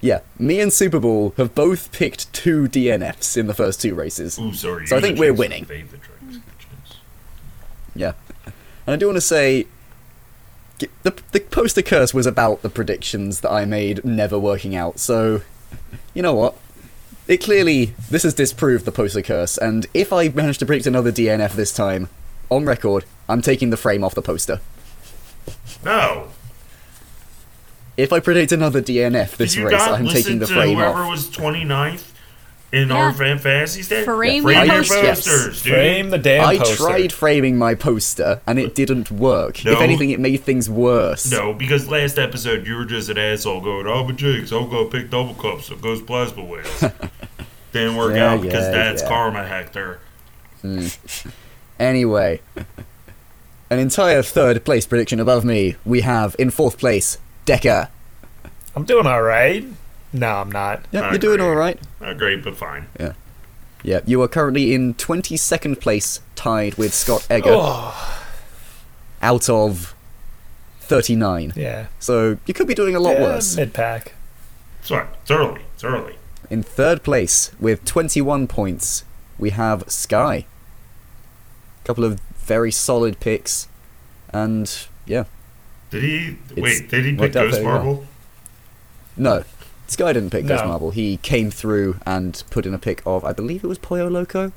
[SPEAKER 5] yeah, me and Super Bowl have both picked two DNFs in the first two races.
[SPEAKER 3] sorry.
[SPEAKER 5] so I think we're winning. Yeah. And I do want to say g- the, the poster curse was about the predictions that I made never working out, so you know what? It clearly, this has disproved the poster curse, and if I manage to predict another DNF this time, on record, I'm taking the frame off the poster.
[SPEAKER 3] No.
[SPEAKER 5] If I predict another DNF this
[SPEAKER 3] Did you
[SPEAKER 5] race,
[SPEAKER 3] not
[SPEAKER 5] I'm
[SPEAKER 3] listen
[SPEAKER 5] taking the
[SPEAKER 3] to
[SPEAKER 5] frame
[SPEAKER 3] whoever
[SPEAKER 5] off.
[SPEAKER 3] was 29th in
[SPEAKER 5] Yeah.
[SPEAKER 3] our fan fantasy stand?
[SPEAKER 5] Yeah,
[SPEAKER 3] Frame your
[SPEAKER 5] poster.
[SPEAKER 3] posters, dude.
[SPEAKER 5] I tried framing my poster, and it didn't work.
[SPEAKER 3] No.
[SPEAKER 5] If anything, it made things worse.
[SPEAKER 3] No, because last episode you were just an asshole going, oh, but Jake's, I'm going to pick double cups, so goes plasma whales. Didn't work
[SPEAKER 5] Yeah,
[SPEAKER 3] out because
[SPEAKER 5] yeah,
[SPEAKER 3] that's
[SPEAKER 5] yeah.
[SPEAKER 3] karma, Hector.
[SPEAKER 5] Hmm. Anyway, an entire third place prediction above me. We have in fourth place Decker.
[SPEAKER 4] I'm doing all right. No, I'm not.
[SPEAKER 5] Yep, you're doing all right.
[SPEAKER 3] Not great, but fine.
[SPEAKER 5] Yeah. Yeah, you are currently in 22nd place, tied with Scott Egger.
[SPEAKER 4] Oh.
[SPEAKER 5] Out of 39.
[SPEAKER 4] Yeah.
[SPEAKER 5] So you could be doing a lot
[SPEAKER 4] Yeah,
[SPEAKER 5] worse.
[SPEAKER 4] Mid pack.
[SPEAKER 3] It's fine. It's early. It's early.
[SPEAKER 5] In third place, with 21 points, we have Sky. A couple of very solid picks. And, yeah.
[SPEAKER 3] Did he.
[SPEAKER 5] It's
[SPEAKER 3] Wait, did he pick
[SPEAKER 5] worked out
[SPEAKER 3] Ghost
[SPEAKER 5] very well.
[SPEAKER 3] Marble?
[SPEAKER 5] No. Sky didn't pick Ghost
[SPEAKER 3] No.
[SPEAKER 5] Marble. He came through and put in a pick of, I believe it was Poyo Loco.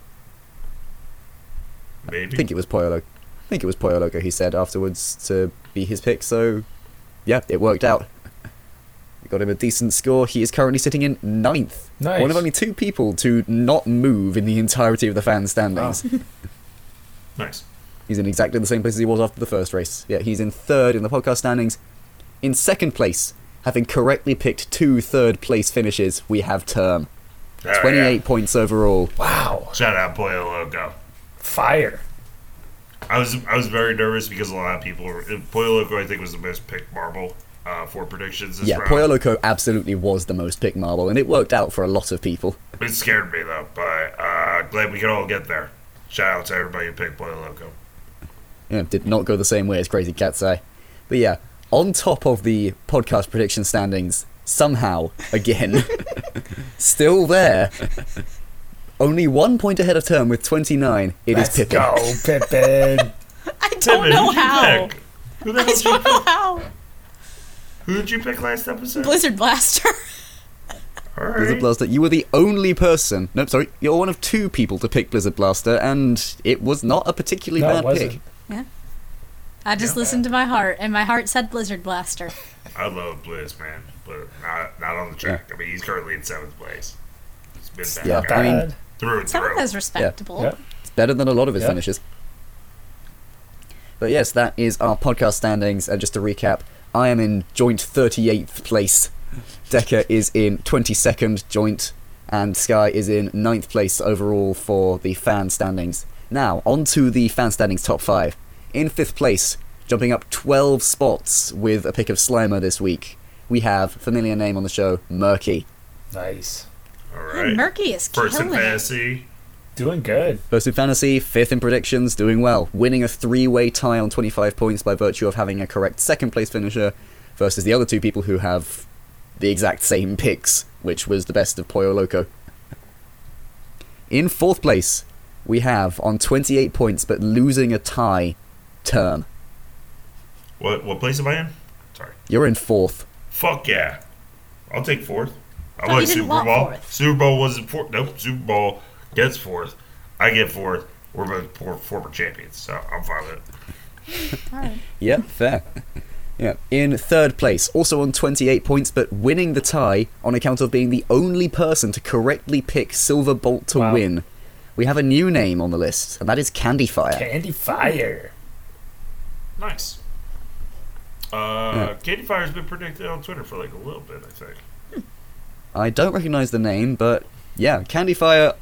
[SPEAKER 3] Maybe.
[SPEAKER 5] I think it was Poyo Loco. I think it was Poyo Loco, he said afterwards to be his pick. So, yeah, it worked out. We got him a decent score. He is currently sitting in ninth.
[SPEAKER 4] Nice.
[SPEAKER 5] One of only two people to not move in the entirety of the fan standings.
[SPEAKER 3] nice.
[SPEAKER 5] He's in exactly the same place as he was after the first race. Yeah, he's in third in the podcast standings. In second place, having correctly picked two third place finishes, we have Term.
[SPEAKER 4] Uh,
[SPEAKER 3] Oh, yeah.
[SPEAKER 5] 28 points overall.
[SPEAKER 4] Wow.
[SPEAKER 3] Shout out, Boyo Loco.
[SPEAKER 4] Fire.
[SPEAKER 3] I was I was very nervous because a lot of people were. Boyo Loco, I think, was the most picked marble uh, for predictions this
[SPEAKER 5] Yeah,
[SPEAKER 3] round.
[SPEAKER 5] Poyoloco absolutely was the most pick marble, and it worked out for a lot of people.
[SPEAKER 3] It scared me though, but uh, glad we could all get there. Shout out to everybody who picked Boy Loco.
[SPEAKER 5] Yeah, it did not go the same way as Crazy Cat's Eye. But yeah, on top of the podcast prediction standings, somehow, again, still there. Only one point ahead of term with 29. It is
[SPEAKER 4] Let's
[SPEAKER 5] Pippin.
[SPEAKER 4] go, Pippin.
[SPEAKER 3] I
[SPEAKER 4] don't Pippin, know
[SPEAKER 2] Oh,
[SPEAKER 4] who'd you
[SPEAKER 2] how.
[SPEAKER 3] Pick? Who the hell did you pick? Who did you pick last episode?
[SPEAKER 2] Blizzard Blaster.
[SPEAKER 5] Blizzard Blaster, you were the only person. No, sorry, you're one of two people to pick Blizzard Blaster, and it was not a particularly
[SPEAKER 4] No, it
[SPEAKER 5] bad
[SPEAKER 4] wasn't.
[SPEAKER 5] pick.
[SPEAKER 2] Yeah. I just listened to my heart, and my heart said Blizzard Blaster.
[SPEAKER 3] I love Blizz, man, but not not on the track. I mean, he's currently in seventh place. He's been that
[SPEAKER 5] Yeah,
[SPEAKER 3] guy
[SPEAKER 5] I mean-
[SPEAKER 3] through and
[SPEAKER 2] Seventh
[SPEAKER 3] through.
[SPEAKER 2] is respectable.
[SPEAKER 5] Yeah. It's better than a lot of his
[SPEAKER 2] Yeah.
[SPEAKER 5] finishes. But yes, that is our podcast standings. And just to recap, I am in joint 38th place. Decker is in 22nd joint. And Sky is in 9th place overall for the fan standings. Now, on to the fan standings top 5. In 5th place, jumping up 12 spots with a pick of Slimer this week, we have, familiar name on the show, Murky.
[SPEAKER 4] Nice.
[SPEAKER 3] All
[SPEAKER 2] right. Murky is
[SPEAKER 3] First in
[SPEAKER 2] killing it.
[SPEAKER 3] fantasy.
[SPEAKER 4] Doing good.
[SPEAKER 5] First in fantasy, fifth in predictions, doing well, winning a three-way tie on 25 points by virtue of having a correct second-place finisher versus the other two people who have the exact same picks, which was the best of Pollo Loco. In fourth place, we have on 28 points, but losing a tie, Term.
[SPEAKER 3] What what place am I in?
[SPEAKER 5] You're in fourth.
[SPEAKER 3] Fuck yeah. I'll take fourth. I
[SPEAKER 5] Thought Oh, you
[SPEAKER 3] like
[SPEAKER 5] didn't
[SPEAKER 3] Super
[SPEAKER 5] want
[SPEAKER 3] Bowl.
[SPEAKER 5] fourth.
[SPEAKER 3] Super Bowl wasn't fourth. Nope. Super Bowl gets fourth. I get fourth. We're both poor, former champions, so I'm fine with it.
[SPEAKER 5] Yep, fair. Yeah. In third place, also on 28 points, but winning the tie on account of being the only person to correctly pick Silver Bolt to win. We have a new name on the list, and that is Candy Fire.
[SPEAKER 4] Candy Fire.
[SPEAKER 3] Nice. Uh, Candy Fire's been predicted on Twitter for like a little bit, I think.
[SPEAKER 5] I don't recognize the name, but yeah, Candy Fire.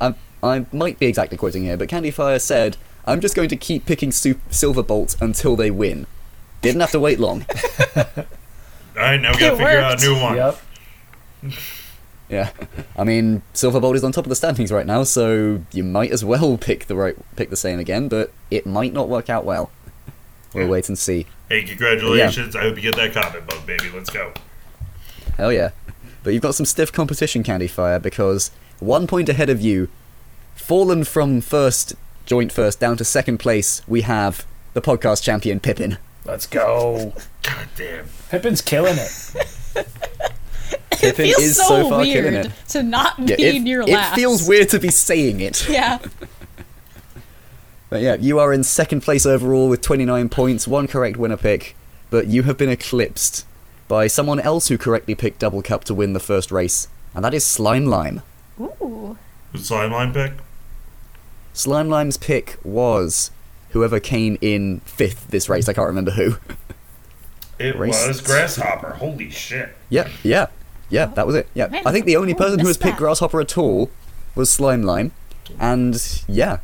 [SPEAKER 5] I, I might be exactly quoting here, but Candy Fire said, I'm just going to keep picking su- Silver Bolt until they win. Didn't have to wait long.
[SPEAKER 3] All right, now we gotta
[SPEAKER 5] It
[SPEAKER 3] figure out
[SPEAKER 5] worked.
[SPEAKER 3] a new one.
[SPEAKER 4] Yep.
[SPEAKER 5] Yeah, I mean, Silver Bolt is on top of the standings right now, so you might as well pick the right, pick the same again. But it might not work out well.
[SPEAKER 2] Hmm.
[SPEAKER 5] We'll wait and see.
[SPEAKER 3] Hey, congratulations! I hope you get that comment bug, baby. Let's go.
[SPEAKER 5] Hell yeah! But you've got some stiff competition, Candy Fire, because one point ahead of you, fallen from first, joint first down to second place, we have the podcast champion Pippin.
[SPEAKER 4] Let's go.
[SPEAKER 3] God damn.
[SPEAKER 4] Pippin's killing it.
[SPEAKER 5] Pippin
[SPEAKER 2] feels
[SPEAKER 5] is
[SPEAKER 2] so
[SPEAKER 5] so, far killing
[SPEAKER 2] weird
[SPEAKER 5] it.
[SPEAKER 2] to not be
[SPEAKER 5] it,
[SPEAKER 2] in your
[SPEAKER 5] it
[SPEAKER 2] last.
[SPEAKER 5] feels weird to be saying it.
[SPEAKER 2] Yeah.
[SPEAKER 5] But yeah, you are in second place overall with 29 points, one correct winner pick, but you have been eclipsed by someone else who correctly picked Double Cup to win the first race, and that is Slime Lime.
[SPEAKER 15] Ooh.
[SPEAKER 3] Who's Slime Lime pick?
[SPEAKER 5] Slime Lime's pick was whoever came in fifth this race, I can't remember who.
[SPEAKER 3] It
[SPEAKER 5] Race-
[SPEAKER 3] was Grasshopper. Holy shit.
[SPEAKER 5] yeah, yeah, yeah, that was it. Yeah,
[SPEAKER 3] Man,
[SPEAKER 5] I think the only
[SPEAKER 3] I
[SPEAKER 5] person who has
[SPEAKER 3] missed
[SPEAKER 5] picked
[SPEAKER 3] that.
[SPEAKER 5] Grasshopper at all was Slime Lime, and yeah.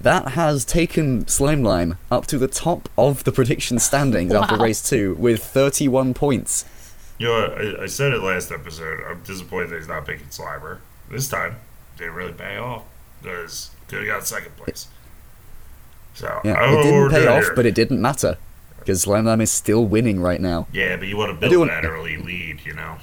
[SPEAKER 5] That has taken Slime Lime up to the top of the prediction standings after
[SPEAKER 3] Wow.
[SPEAKER 5] race two with 31 points.
[SPEAKER 3] You know, what? I, I said it last episode. I'm disappointed that he's not picking Slimer. This time, didn't really pay off because could have got second place. So
[SPEAKER 5] Yeah,
[SPEAKER 3] I don't
[SPEAKER 5] it
[SPEAKER 3] know what
[SPEAKER 5] didn't
[SPEAKER 3] we're
[SPEAKER 5] pay
[SPEAKER 3] doing
[SPEAKER 5] off,
[SPEAKER 3] here.
[SPEAKER 5] but it didn't matter because Slime Lime is still winning right now.
[SPEAKER 3] yeah, but you want
[SPEAKER 5] I
[SPEAKER 3] to
[SPEAKER 5] do
[SPEAKER 3] build
[SPEAKER 5] want-
[SPEAKER 3] that early lead, you know.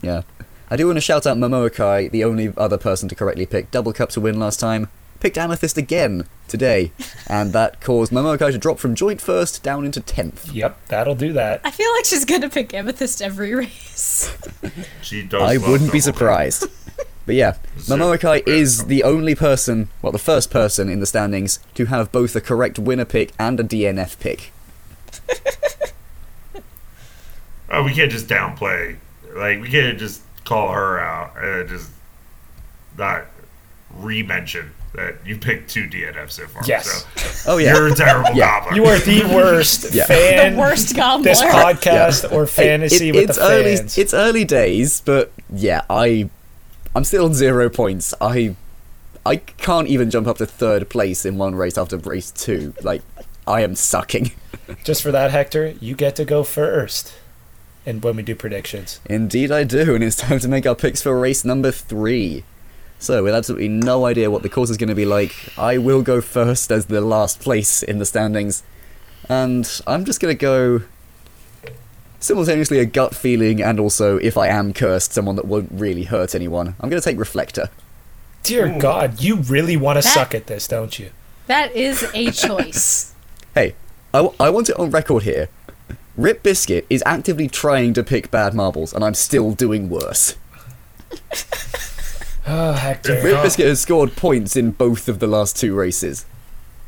[SPEAKER 5] Yeah, I do want to shout out Momoakai, the only other person to correctly pick Double Cup to win last time. Picked Amethyst again today, and that caused Momoakai to drop from joint first down into tenth.
[SPEAKER 4] Yep, that'll do that.
[SPEAKER 2] I feel like she's gonna pick Amethyst every race.
[SPEAKER 3] She
[SPEAKER 5] I wouldn't be surprised. but yeah, Momoakai is the only person, well, the first person in the standings to have both a correct winner pick and a DNF pick.
[SPEAKER 3] Oh, we can't just downplay. Like we can't just call her out and just not re-mention that you picked two DNFs so far.
[SPEAKER 4] Yes.
[SPEAKER 3] So
[SPEAKER 5] Oh,
[SPEAKER 3] you're a terrible gobbler.
[SPEAKER 4] You are the worst
[SPEAKER 5] Yeah.
[SPEAKER 4] fan.
[SPEAKER 5] The worst
[SPEAKER 2] gobbler.
[SPEAKER 4] This podcast
[SPEAKER 5] Yeah.
[SPEAKER 4] or
[SPEAKER 5] Hey,
[SPEAKER 4] fantasy
[SPEAKER 5] it-
[SPEAKER 4] with
[SPEAKER 5] it's
[SPEAKER 4] the
[SPEAKER 5] early,
[SPEAKER 4] fans.
[SPEAKER 5] It's early days, but yeah, I, I'm still on zero points. I, I can't even jump up to third place in one race after race two. Like, I am sucking.
[SPEAKER 4] Just for that, Hector, you get to go first. And when we do predictions,
[SPEAKER 5] Indeed, I do, and it's time to make our picks for race number three. So, with absolutely no idea what the course is going to be like, I will go first as the last place in the standings. And I'm just going to go simultaneously a gut feeling and also, if I am cursed, someone that won't really hurt anyone. I'm going to take Reflector.
[SPEAKER 4] dear
[SPEAKER 2] Ooh.
[SPEAKER 4] God, you really want to suck at this, don't you?
[SPEAKER 2] That is a choice.
[SPEAKER 5] Hey, I, w- I want it on record here. Rip Biscuit is actively trying to pick bad marbles, and I'm still doing worse.
[SPEAKER 4] Oh, Hector.
[SPEAKER 5] Rip Biscuit has scored points in both of the last two races.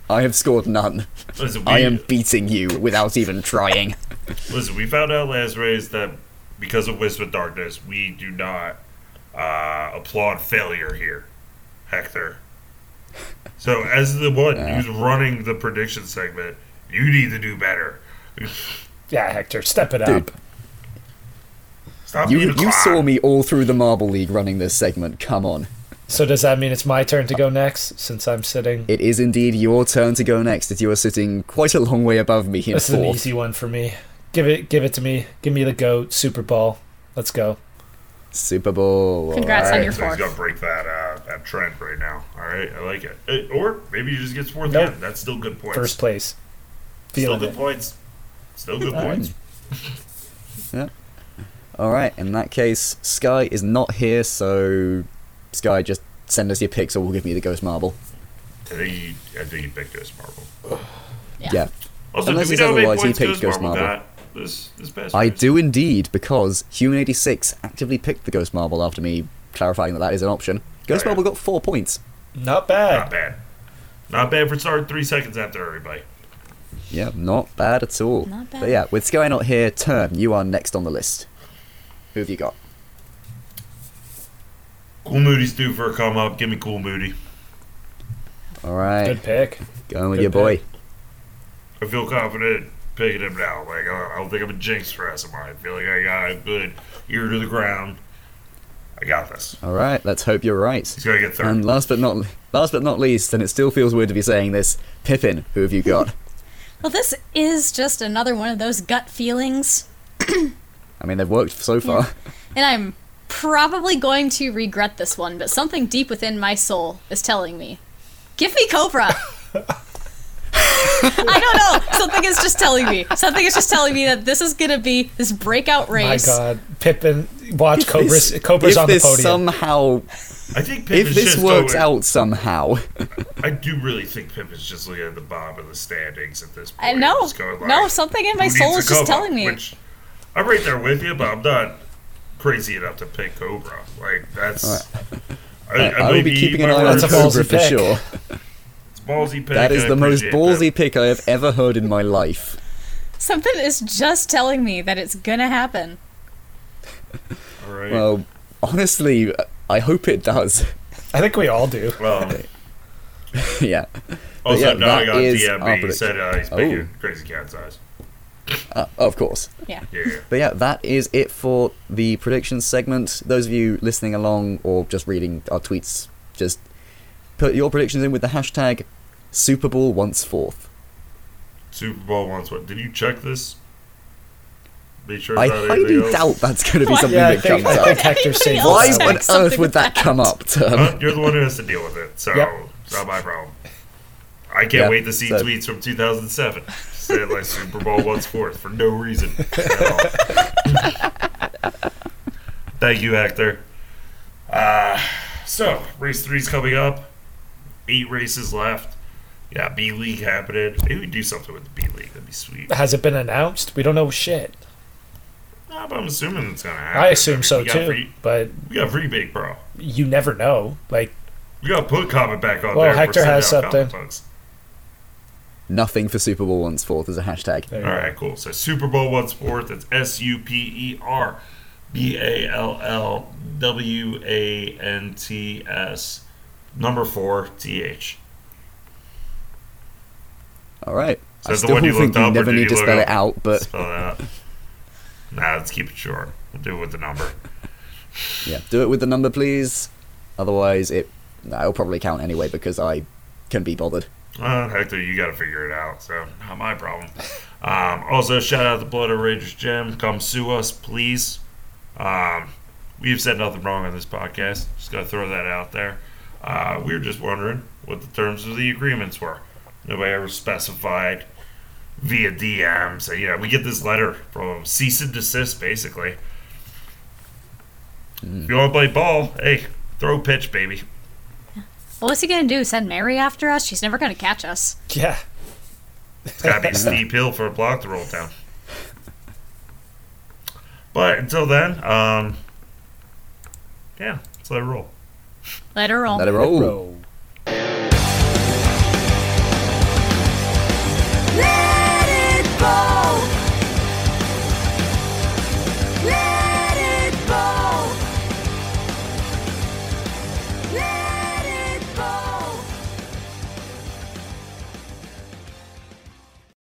[SPEAKER 5] I have scored none.
[SPEAKER 3] Listen, we-
[SPEAKER 5] I am beating you without even trying.
[SPEAKER 3] Listen, we found out last race that because of Wisp of Darkness, we do not uh, applaud failure here, Hector. So, as the one who's running the prediction segment, you need to do better.
[SPEAKER 4] Yeah, Hector, step it up.
[SPEAKER 5] Dude.
[SPEAKER 3] Stop
[SPEAKER 5] You, you saw me all through the Marble League running this segment. Come on.
[SPEAKER 4] So does that mean it's my turn to go next since I'm sitting?
[SPEAKER 5] It is indeed your turn to go next as you are sitting quite a long way above me in
[SPEAKER 4] This is an
[SPEAKER 5] fourth.
[SPEAKER 4] easy one for me. Give it, give it to me. Give me the goat Super Bowl. Let's go.
[SPEAKER 5] Super Bowl.
[SPEAKER 3] Alright,
[SPEAKER 5] alright.
[SPEAKER 3] so he's gonna break that uh, that trend right now. All right, I like it. Uh, Or maybe he just gets fourth.
[SPEAKER 4] Nope.
[SPEAKER 3] again. That's still good points.
[SPEAKER 4] First place.
[SPEAKER 3] still
[SPEAKER 4] Feeling
[SPEAKER 3] good
[SPEAKER 4] it.
[SPEAKER 3] points. Still good
[SPEAKER 4] Alright.
[SPEAKER 3] points.
[SPEAKER 5] Yeah. All right. In that case, Sky is not here, so Sky just send us your pics or we'll give you the ghost marble.
[SPEAKER 3] I think he, I think he picked Ghost Marble.
[SPEAKER 5] Yeah.
[SPEAKER 3] Also,
[SPEAKER 5] Unless
[SPEAKER 3] do we
[SPEAKER 5] it's
[SPEAKER 3] know how many
[SPEAKER 5] otherwise, he
[SPEAKER 3] points
[SPEAKER 5] picked
[SPEAKER 3] Ghost
[SPEAKER 5] Ghost
[SPEAKER 3] Marble
[SPEAKER 5] Marble.
[SPEAKER 3] got this, this past
[SPEAKER 5] I
[SPEAKER 3] round?
[SPEAKER 5] do indeed, because Human 86 actively picked the Ghost Marble after me clarifying that that is an option.
[SPEAKER 4] Oh,
[SPEAKER 5] Ghost Marble got four points.
[SPEAKER 4] Not bad.
[SPEAKER 3] Not bad. Not bad for starting three seconds after everybody.
[SPEAKER 5] Yeah, not bad at all.
[SPEAKER 3] Not bad.
[SPEAKER 5] But yeah, with Sky not here, Term, you are next on the list. Who have you got?
[SPEAKER 3] Cool Moody's due for a come up. Give me Cool Moody.
[SPEAKER 5] All right.
[SPEAKER 4] Good pick.
[SPEAKER 5] Going with
[SPEAKER 4] Good
[SPEAKER 5] your boy.
[SPEAKER 3] I feel confident picking him now. Like I I don't think I'm a jinx for SMI. I feel like I got a good ear to the ground. I got this.
[SPEAKER 5] All right, let's hope you're right. He's
[SPEAKER 3] gonna get third.
[SPEAKER 5] And last but not last but not least, and it still feels weird to be saying this, Pippin, who have you got?
[SPEAKER 12] Well, this is just another one of those gut feelings,
[SPEAKER 5] I mean, they've worked so far.
[SPEAKER 12] and I'm probably going to regret this one, but something deep within my soul is telling me give me Cobra! I don't know. Something is just telling me. Something is just telling me that this is going to be this breakout race.
[SPEAKER 4] My God, Pippin, watch Cobra's
[SPEAKER 5] This-
[SPEAKER 4] Cobra's
[SPEAKER 5] if
[SPEAKER 4] on the
[SPEAKER 5] this
[SPEAKER 4] podium.
[SPEAKER 5] somehow,
[SPEAKER 3] I think
[SPEAKER 5] if
[SPEAKER 3] Pippin's
[SPEAKER 5] this
[SPEAKER 3] just
[SPEAKER 5] works
[SPEAKER 3] going-
[SPEAKER 5] out somehow,
[SPEAKER 3] I do really think Pippin's just looking at the bottom of the standings at this point.
[SPEAKER 12] I know.
[SPEAKER 3] Just going like,
[SPEAKER 12] Uh, No, something in my
[SPEAKER 3] "Who
[SPEAKER 12] soul
[SPEAKER 3] needs
[SPEAKER 12] is
[SPEAKER 3] a
[SPEAKER 12] just
[SPEAKER 3] Cobra?"
[SPEAKER 12] telling me.
[SPEAKER 3] Which I'm right there with you, but I'm not crazy enough to pick Cobra. Like that's.
[SPEAKER 5] I, Uh, I will
[SPEAKER 3] may
[SPEAKER 5] be keeping an
[SPEAKER 3] my
[SPEAKER 5] eye on
[SPEAKER 3] words-
[SPEAKER 5] Cobra for sure.
[SPEAKER 3] It's ballsy pick.
[SPEAKER 5] That is
[SPEAKER 3] I
[SPEAKER 5] the most
[SPEAKER 3] appreciate
[SPEAKER 5] ballsy pick I have ever heard in my life.
[SPEAKER 12] Something is just telling me that it's going to happen.
[SPEAKER 3] that. All right.
[SPEAKER 5] Well, honestly, I hope it does.
[SPEAKER 4] I think we all do.
[SPEAKER 3] Well,
[SPEAKER 5] yeah. But
[SPEAKER 3] also,
[SPEAKER 5] yeah,
[SPEAKER 3] now I
[SPEAKER 5] that
[SPEAKER 3] got
[SPEAKER 5] is Oh.
[SPEAKER 3] DMB.
[SPEAKER 5] our
[SPEAKER 3] He said uh, he's
[SPEAKER 5] prediction.
[SPEAKER 3] picking Crazy Cat's Eyes.
[SPEAKER 5] Uh, of course.
[SPEAKER 12] Yeah.
[SPEAKER 3] Yeah.
[SPEAKER 5] But yeah, that is it for the predictions segment. Those of you listening along or just reading our tweets, just put your predictions in with the hashtag Super Bowl once fourth.
[SPEAKER 3] Super Bowl once. What? Did you check this? Make sure.
[SPEAKER 5] I
[SPEAKER 3] it's not anything
[SPEAKER 5] highly
[SPEAKER 3] else.
[SPEAKER 5] doubt that's going to be something
[SPEAKER 4] Yeah, I
[SPEAKER 5] that
[SPEAKER 4] think-
[SPEAKER 5] comes
[SPEAKER 4] I
[SPEAKER 5] up.
[SPEAKER 4] think Hector saved Everybody
[SPEAKER 5] Why
[SPEAKER 4] else
[SPEAKER 5] on
[SPEAKER 4] checked
[SPEAKER 5] earth
[SPEAKER 4] something
[SPEAKER 5] would that, come up?
[SPEAKER 4] Um,
[SPEAKER 5] Um, Term?
[SPEAKER 3] Uh, you're the one who has to deal with it, so
[SPEAKER 5] Yep.
[SPEAKER 3] it's not my problem. I can't
[SPEAKER 5] Yep,
[SPEAKER 3] wait to see
[SPEAKER 5] so-
[SPEAKER 3] tweets from 2007. Say like Super Bowl once fourth for no reason. at all. Thank you, Hector. Uh, so race three's coming up. Eight races left. Yeah, B League happening. Maybe we do something with the B League. That'd be sweet.
[SPEAKER 4] Has it been announced? We don't know shit.
[SPEAKER 3] Nah, but I'm assuming it's gonna happen.
[SPEAKER 4] I assume so
[SPEAKER 3] We got
[SPEAKER 4] too.
[SPEAKER 3] free-
[SPEAKER 4] but
[SPEAKER 3] we got free big, bro.
[SPEAKER 4] you never know. Like
[SPEAKER 3] We gotta put comment back on
[SPEAKER 4] Well,
[SPEAKER 3] there. for
[SPEAKER 4] Hector
[SPEAKER 3] sending
[SPEAKER 4] has
[SPEAKER 3] out comment
[SPEAKER 4] something.
[SPEAKER 3] bugs.
[SPEAKER 5] Nothing for Super Bowl once fourth as a hashtag.
[SPEAKER 3] All right, cool. So Super Bowl one sport. That's S U P E R B A L L W A N T S number four T H.
[SPEAKER 5] All right.
[SPEAKER 3] So
[SPEAKER 5] I
[SPEAKER 3] that's the
[SPEAKER 5] still
[SPEAKER 3] one you looked
[SPEAKER 5] think you
[SPEAKER 3] up, or
[SPEAKER 5] never
[SPEAKER 3] did
[SPEAKER 5] need
[SPEAKER 3] you
[SPEAKER 5] to
[SPEAKER 3] look
[SPEAKER 5] spell
[SPEAKER 3] up-
[SPEAKER 5] it out, but
[SPEAKER 3] Spell it out. Nah, let's keep it short. We'll do it with the number.
[SPEAKER 5] yeah, do it with the number, please. Otherwise, it nah, it'll probably count anyway because I can be bothered.
[SPEAKER 3] Uh, Hector, you got to figure it out. So not my problem. Um, also, shout out to Blood of Rangers Jim. Come sue us, please. Um, we've said nothing wrong on this podcast. Just got to throw that out there. Uh, we were just wondering what the terms of the agreements were. Nobody ever specified via DMs. So, you know, we get this letter from cease and desist, basically. If you want to play ball, hey, throw a pitch, baby.
[SPEAKER 12] Well, what's he going to do? Send Mary after us? She's never going to catch us.
[SPEAKER 4] Yeah.
[SPEAKER 3] It's gotta be a steep hill for a block to roll down. But until then, um, yeah, let's let it roll.
[SPEAKER 12] Let her roll.
[SPEAKER 3] Let her roll.
[SPEAKER 7] Let